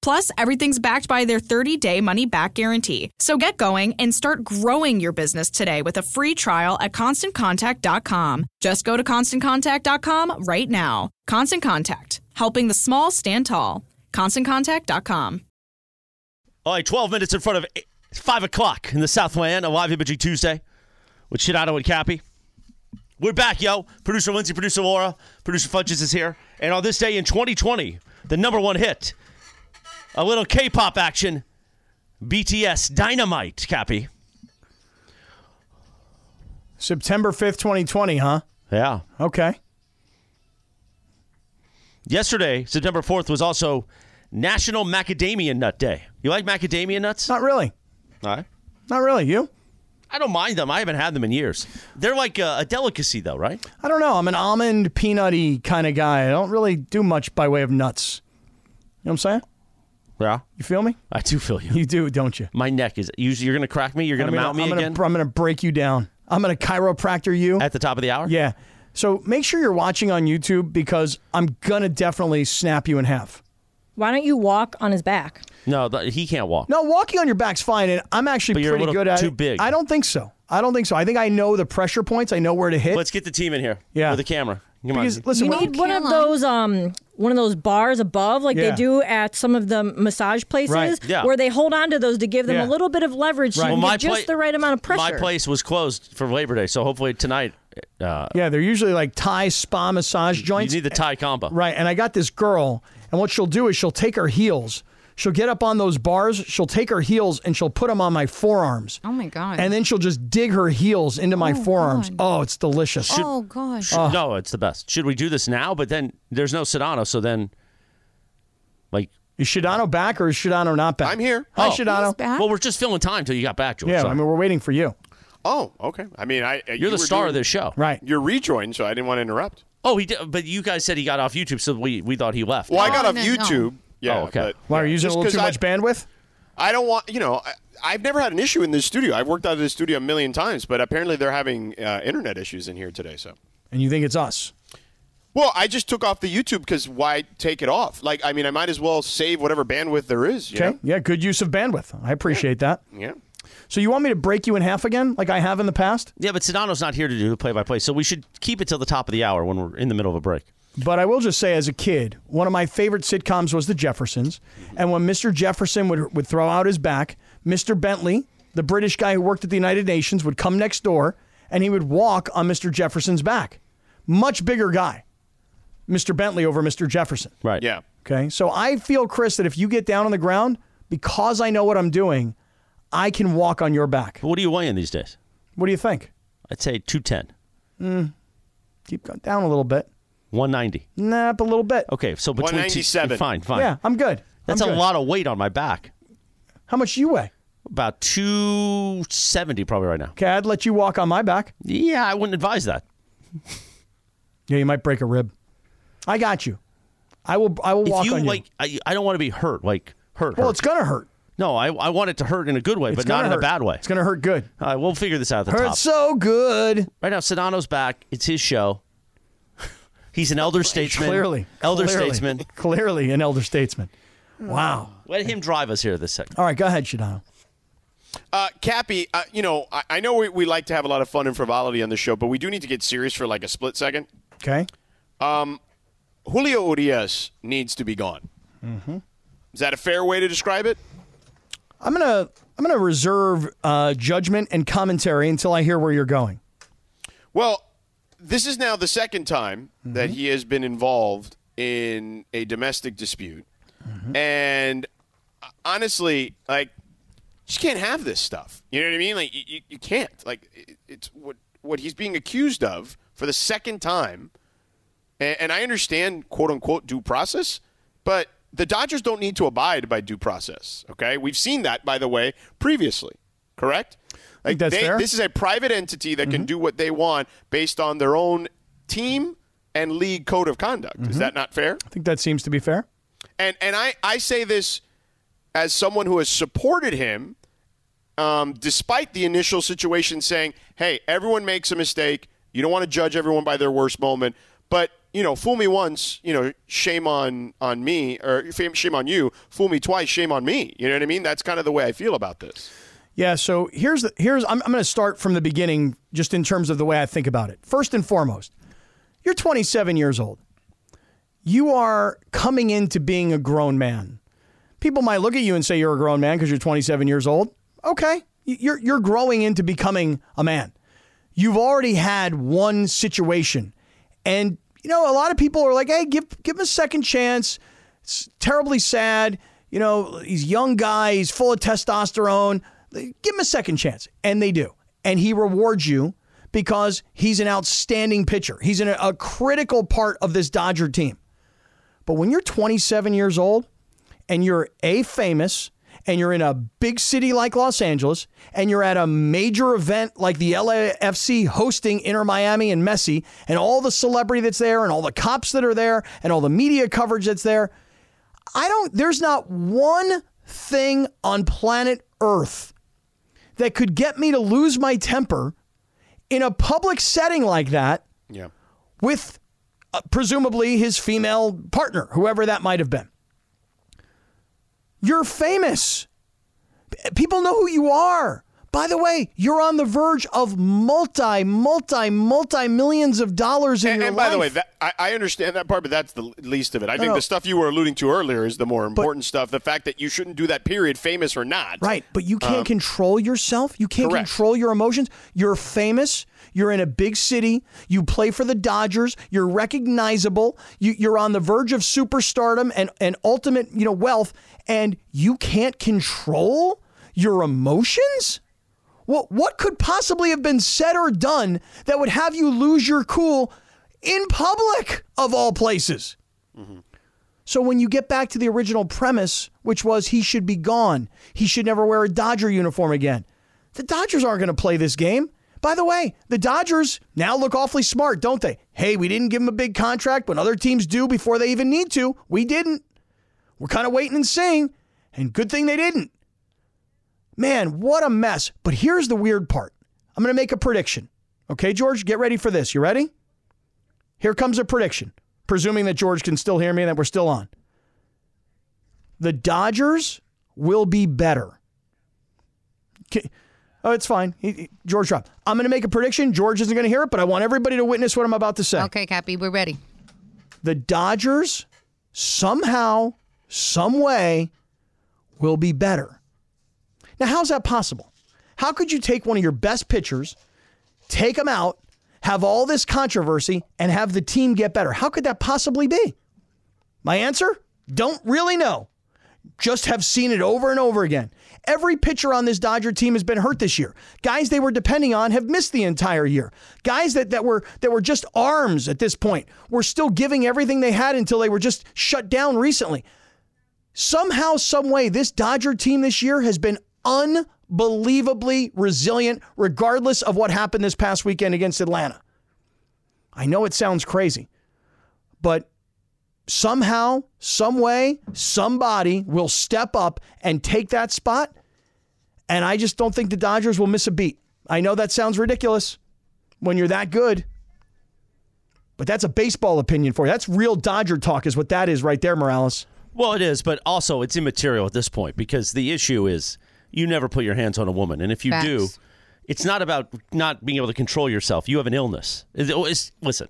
Speaker 13: Plus, everything's backed by their 30 day money back guarantee. So get going and start growing your business today with a free trial at constantcontact.com. Just go to constantcontact.com right now. Constant Contact, helping the small stand tall. ConstantContact.com.
Speaker 3: All right, 12 minutes in front of eight, 5 o'clock in the Southland on Live Imaging Tuesday with Shidano and Cappy. We're back, yo. Producer Lindsay, producer Laura, producer Fudges is here. And on this day in 2020, the number one hit A little K-pop action. BTS Dynamite, Cappy.
Speaker 4: September 5th, 2020, huh?
Speaker 3: Yeah.
Speaker 4: Okay.
Speaker 3: Yesterday, September 4th, was also National Macadamia Nut Day. You like macadamia nuts?
Speaker 4: Not really.
Speaker 3: All right.
Speaker 4: Not really. You?
Speaker 3: I don't mind them. I haven't had them in years. They're like a, a delicacy, though, right?
Speaker 4: I don't know. I'm an almond, peanutty kind of guy. I don't really do much by way of nuts. You know what I'm saying?
Speaker 3: Yeah.
Speaker 4: You feel me?
Speaker 3: I do feel you.
Speaker 4: You do, don't you?
Speaker 3: My neck is. You, you're going to crack me? You're going to
Speaker 4: I'm
Speaker 3: mount me
Speaker 4: I'm gonna,
Speaker 3: again?
Speaker 4: I'm going to break you down. I'm going to chiropractor you
Speaker 3: at the top of the hour.
Speaker 4: Yeah. So make sure you're watching on YouTube because I'm going to definitely snap you in half.
Speaker 8: Why don't you walk on his back?
Speaker 3: No, th- he can't walk.
Speaker 4: No, walking on your back's fine, and I'm actually
Speaker 3: But you're a
Speaker 4: pretty
Speaker 3: little
Speaker 4: good at
Speaker 3: too
Speaker 4: it.
Speaker 3: big.
Speaker 4: I don't think so. I don't think so. I think I know the pressure points. I know where to hit.
Speaker 3: Let's get the team in here.
Speaker 4: Yeah.
Speaker 3: With a camera. Come
Speaker 4: Because-
Speaker 3: on.
Speaker 4: listen,
Speaker 8: you
Speaker 4: when-
Speaker 8: need one of those um one of those bars above like
Speaker 3: Yeah.
Speaker 8: they do at some of the massage places
Speaker 3: Right, yeah.
Speaker 8: where they hold on to those to give them
Speaker 3: Yeah.
Speaker 8: a little bit of leverage so
Speaker 3: Right.
Speaker 8: you
Speaker 3: Well,
Speaker 8: can
Speaker 3: my
Speaker 8: get just
Speaker 3: plate-
Speaker 8: the right amount of pressure.
Speaker 3: My place was closed for Labor Day, so hopefully tonight. Uh,
Speaker 4: Yeah, they're usually like Thai spa massage joints.
Speaker 3: You need the Thai combo.
Speaker 4: Right. And I got this girl, and what she'll do is she'll take her heels. She'll get up on those bars. She'll take her heels and she'll put them on my forearms.
Speaker 9: Oh my god.
Speaker 4: And then she'll just dig her heels into my
Speaker 9: Oh,
Speaker 4: forearms.
Speaker 9: God.
Speaker 4: Oh, it's delicious.
Speaker 9: oh god.
Speaker 3: Should, No, it's the best. Should we do this now? But then there's no Sedano, so then, like,
Speaker 4: is Shadano back or is Shadano not back? I'm
Speaker 5: here.
Speaker 4: Hi,
Speaker 3: Oh.
Speaker 4: Shadano.
Speaker 3: Well, we're just filling time till you got back, George.
Speaker 4: Yeah,
Speaker 3: so-
Speaker 4: I mean, we're waiting for you.
Speaker 5: Oh, okay. I mean, I
Speaker 3: You're the star of this show,
Speaker 4: right?
Speaker 5: You're rejoined, so I didn't want to interrupt.
Speaker 3: oh, he did, but you guys said he got off YouTube, so we we thought he left.
Speaker 5: Well, I got off YouTube. Yeah.
Speaker 3: Oh, okay.
Speaker 5: but-
Speaker 4: Why are you using
Speaker 5: Just
Speaker 4: a little
Speaker 5: 'cause
Speaker 4: too
Speaker 5: I-
Speaker 4: much bandwidth?
Speaker 5: I don't want you know. I, I've never had an issue in this studio. I've worked out of this studio a million times, but apparently they're having uh, internet issues in here today. So.
Speaker 4: And you think it's us?
Speaker 5: Well, I just took off the YouTube because why take it off? Like, I mean, I might as well save whatever bandwidth there is. You
Speaker 4: Okay. Yeah, good use of bandwidth. I appreciate that.
Speaker 5: Know? Yeah.
Speaker 4: So you want me to break you in half again, like I have in the past?
Speaker 3: Yeah, but Sedano's not here to do the play-by-play, so we should keep it till the top of the hour when we're in the middle of a break.
Speaker 4: But I will just say, as a kid, one of my favorite sitcoms was The Jeffersons. And when Mr. Jefferson would, would throw out his back, Mr. Bentley, the British guy who worked at the United Nations, would come next door and he would walk on Mr. Jefferson's back. Much bigger guy, Mr. Bentley over Mr. Jefferson.
Speaker 3: Right.
Speaker 5: Yeah.
Speaker 4: Okay. So I feel, Chris, that if you get down on the ground, because I know what I'm doing, I can walk on your back.
Speaker 3: What are you weighing these days?
Speaker 4: What do you think?
Speaker 3: I'd say 210,
Speaker 4: Mm, keep going down a little bit.
Speaker 3: 190.
Speaker 4: Nah, up a little bit.
Speaker 3: Okay, so between two-
Speaker 5: 197.
Speaker 3: fine, fine.
Speaker 4: Yeah, I'm good. I'm
Speaker 3: That's a
Speaker 4: good.
Speaker 3: lot of weight on my back.
Speaker 4: How much do you weigh?
Speaker 3: About 270 probably right now.
Speaker 4: Okay, I'd let you walk on my back.
Speaker 3: Yeah, I wouldn't advise that.
Speaker 4: Yeah, you might break a rib. I got you. I will. I will walk
Speaker 3: if you
Speaker 4: on
Speaker 3: like, I, I don't want to be hurt. Like hurt.
Speaker 4: Well,
Speaker 3: hurt.
Speaker 4: it's gonna hurt.
Speaker 3: No, I, I want it to hurt in a good way,
Speaker 4: It's
Speaker 3: but not
Speaker 4: gonna
Speaker 3: in a
Speaker 4: hurt.
Speaker 3: bad way.
Speaker 4: It's gonna hurt good.
Speaker 3: All right, we'll figure this out at the
Speaker 4: Hurt
Speaker 3: top.
Speaker 4: so good.
Speaker 3: Right now, Sedano's back. It's his show. He's an elder statesman.
Speaker 4: Clearly,
Speaker 3: elder
Speaker 4: clearly,
Speaker 3: statesman.
Speaker 4: Clearly, an elder statesman. Wow.
Speaker 3: Let him drive us here this second.
Speaker 4: All right, go ahead, Shadano.
Speaker 5: Uh, Cappy, uh, you know, I, I know we, we like to have a lot of fun and frivolity on the show, but we do need to get serious for like a split second.
Speaker 4: Okay.
Speaker 5: Um, Julio Urias needs to be gone.
Speaker 4: Mm-hmm.
Speaker 5: Is that a fair way to describe it?
Speaker 4: I'm gonna. I'm gonna reserve uh, judgment and commentary until I hear where you're going.
Speaker 5: Well, this is now the second time that
Speaker 4: Mm-hmm.
Speaker 5: he has been involved in a domestic dispute.
Speaker 4: Mm-hmm.
Speaker 5: And uh, honestly, like, you just can't have this stuff. You know what I mean? Like, you, you, you can't. Like, it, it's what, what he's being accused of for the second time. And, and I understand, quote unquote, due process, but the Dodgers don't need to abide by due process. Okay. We've seen that, by the way, previously, correct? Like,
Speaker 4: that's
Speaker 5: they-
Speaker 4: fair.
Speaker 5: This is a private entity that can do what they want based on their own team and league code of conduct. Is that not fair?
Speaker 4: I think that seems to be fair.
Speaker 5: And and I, I say this as someone who has supported him, um, despite the initial situation saying, hey, everyone makes a mistake. You don't want to judge everyone by their worst moment. But, you know, fool me once, you know, shame on, on me, or fam- shame on you. Fool me twice, shame on me. You know what I mean? That's kind of the way I feel about this.
Speaker 4: Yeah, so here's the, here's I'm, I'm going to start from the beginning just in terms of the way I think about it. First and foremost, you're 27 years old. You are coming into being a grown man. People might look at you and say you're a grown man because you're 27 years old. Okay, Y- you're you're growing into becoming a man. You've already had one situation, and you know a lot of people are like, "Hey, give give him a second chance." It's terribly sad. you know, he's a young guy, he's full of testosterone. Give him a second chance. And they do. And he rewards you because he's an outstanding pitcher. He's in a, a critical part of this Dodger team. But when you're 27 years old and you're A, famous, and you're in a big city like Los Angeles, and you're at a major event like the LAFC hosting Inter Miami and Messi, and all the celebrity that's there, and all the cops that are there, and all the media coverage that's there, I don't, there's not one thing on planet Earth that could get me to lose my temper in a public setting like that
Speaker 5: Yeah.
Speaker 4: with uh, presumably his female partner, whoever that might have been. You're famous. P- People know who you are. By the way, you're on the verge of multi, multi, multi millions of dollars in your
Speaker 5: And by the way,
Speaker 4: life.
Speaker 5: that, I, I understand that part, but that's the least of it. I
Speaker 4: No,
Speaker 5: think
Speaker 4: no.
Speaker 5: the stuff you were alluding to earlier is the more important stuff. The fact that you shouldn't do that, period, famous or not.
Speaker 4: Right, but you can't
Speaker 5: Um,
Speaker 4: control yourself. You can't
Speaker 5: correct.
Speaker 4: control your emotions. You're famous. You're in a big city. You play for the Dodgers. You're recognizable. You, you're on the verge of superstardom and and ultimate you know wealth, and you can't control your emotions. What what could possibly have been said or done that would have you lose your cool in public of all places? So when you get back to the original premise, which was he should be gone, he should never wear a Dodger uniform again. The Dodgers aren't going to play this game. By the way, the Dodgers now look awfully smart, don't they? Hey, we didn't give him a big contract when other teams do before they even need to. We didn't. We're kind of waiting and seeing, and good thing they didn't. Man, what a mess. But here's the weird part. I'm going to make a prediction. Okay, George, get ready for this. You ready? Here comes a prediction, presuming that George can still hear me and that we're still on. The Dodgers will be better. Okay. Oh, it's fine. He- he- George Drop. I'm going to make a prediction. George isn't going to hear it, but I want everybody to witness what I'm about to say.
Speaker 9: Okay, Cappy, we're ready.
Speaker 4: The Dodgers somehow, some way, will be better. Now, how's that possible? How could you take one of your best pitchers, take him out, have all this controversy, and have the team get better? How could that possibly be? My answer? Don't really know. Just have seen it over and over again. Every pitcher on this Dodger team has been hurt this year. Guys they were depending on have missed the entire year. Guys that, that were that were just arms at this point were still giving everything they had until they were just shut down recently. Somehow, some way, this Dodger team this year has been unbelievably resilient, regardless of what happened this past weekend against Atlanta. I know it sounds crazy, but somehow, some way, somebody will step up and take that spot. And I just don't think the Dodgers will miss a beat. I know that sounds ridiculous when you're that good, but that's a baseball opinion for you. That's real Dodger talk, is what that is right there, Morales.
Speaker 3: Well, it is, but also it's immaterial at this point because the issue is you never put your hands on a woman, and if you do,
Speaker 9: Facts.
Speaker 3: it's not about not being able to control yourself. You have an illness. It- oh, it's- listen,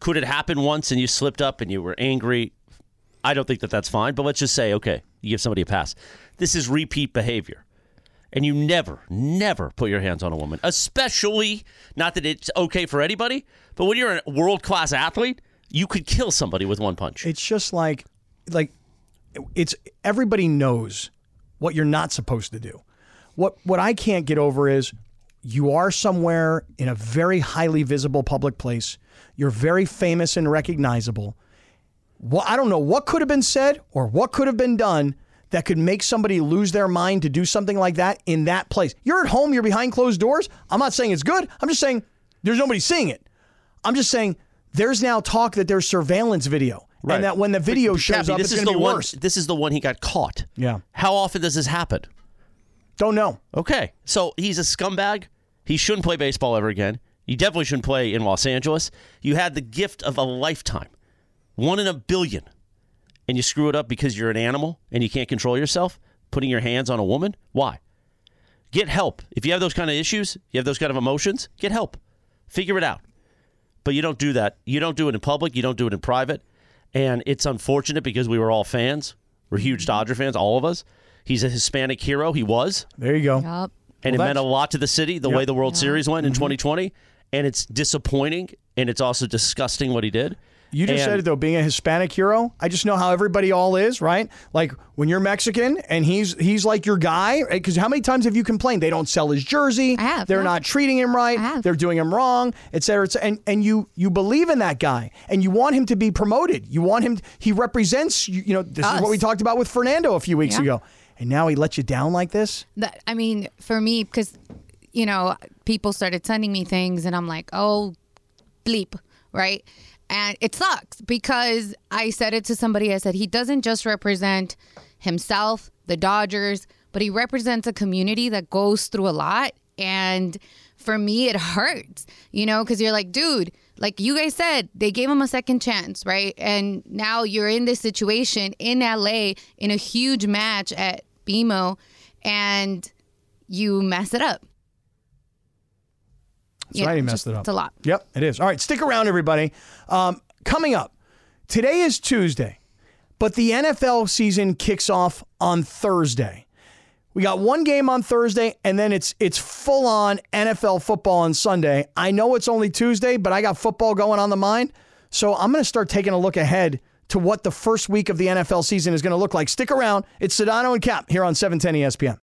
Speaker 3: could it happen once and you slipped up and you were angry? I don't think that that's fine, but let's just say okay, you give somebody a pass. This is repeat behavior. And you never, never put your hands on a woman, especially not that it's okay for anybody, but when you're a world class athlete, you could kill somebody with one punch.
Speaker 4: It's just like, like, it's everybody knows what you're not supposed to do. What what I can't get over is you are somewhere in a very highly visible public place. You're very famous and recognizable. What I don't know what could have been said or what could have been done that could make somebody lose their mind to do something like that in that place. You're at home. You're behind closed doors. I'm not saying it's good. I'm just saying there's nobody seeing it. I'm just saying there's now talk that there's surveillance video
Speaker 3: Right.
Speaker 4: and that when the
Speaker 3: But-
Speaker 4: video
Speaker 3: but
Speaker 4: shows
Speaker 3: Cappy,
Speaker 4: up,
Speaker 3: this
Speaker 4: it's
Speaker 3: is
Speaker 4: going to
Speaker 3: the
Speaker 4: be
Speaker 3: one,
Speaker 4: worse.
Speaker 3: This is the one he got caught.
Speaker 4: Yeah.
Speaker 3: How often does this happen?
Speaker 4: Don't know.
Speaker 3: Okay. So he's a scumbag. He shouldn't play baseball ever again. You definitely shouldn't play in Los Angeles. You had the gift of a lifetime, one in a billion, and you screw it up because you're an animal and you can't control yourself, putting your hands on a woman. Why? Get help. If you have those kind of issues, you have those kind of emotions, get help. Figure it out. But you don't do that. You don't do it in public. You don't do it in private. And it's unfortunate because we were all fans. We're
Speaker 4: Mm-hmm.
Speaker 3: huge Dodger fans, all of us. He's a Hispanic hero. He was.
Speaker 4: There you go.
Speaker 3: And
Speaker 4: Well, Mm-hmm.
Speaker 3: it meant a lot to the city, the
Speaker 4: Yep.
Speaker 3: way the World Series went in 2020. And it's disappointing and it's also disgusting what he did.
Speaker 4: You just
Speaker 3: And-
Speaker 4: said it though, being a Hispanic hero. I just know how everybody all is, right? Like when you're Mexican and he's he's like your guy, because how many times have you complained they don't sell his jersey? They're not treating him right. They're doing him wrong, et cetera, et cetera. And and you you believe in that guy and you want him to be promoted. You want him. He represents. You, you know, this is
Speaker 9: Us.
Speaker 4: what we talked about with Fernando a few weeks
Speaker 9: Yeah.
Speaker 4: ago. And now he lets you down like this.
Speaker 9: That I mean, for me, because you know, people started sending me things, and I'm like, oh, bleep, right? And it sucks because I said it to somebody. I said he doesn't just represent himself, the Dodgers, but he represents a community that goes through a lot. And for me, it hurts, you know, because you're like, dude, like you guys said, they gave him a second chance, right? And now you're in this situation in LA in a huge match at BMO and you mess it up.
Speaker 4: That's
Speaker 9: Yeah,
Speaker 4: right. He
Speaker 9: it's
Speaker 4: messed
Speaker 9: just-
Speaker 4: it up.
Speaker 9: It's a lot.
Speaker 4: Yep, it is. All right, stick around, everybody. Um, coming up, today is Tuesday, but the NFL season kicks off on Thursday. We got one game on Thursday, and then it's it's full on NFL football on Sunday. I know it's only Tuesday, but I got football going on the mind, so I'm going to start taking a look ahead to what the first week of the NFL season is going to look like. Stick around. It's Sedano and Cap here on E 710 ESPN.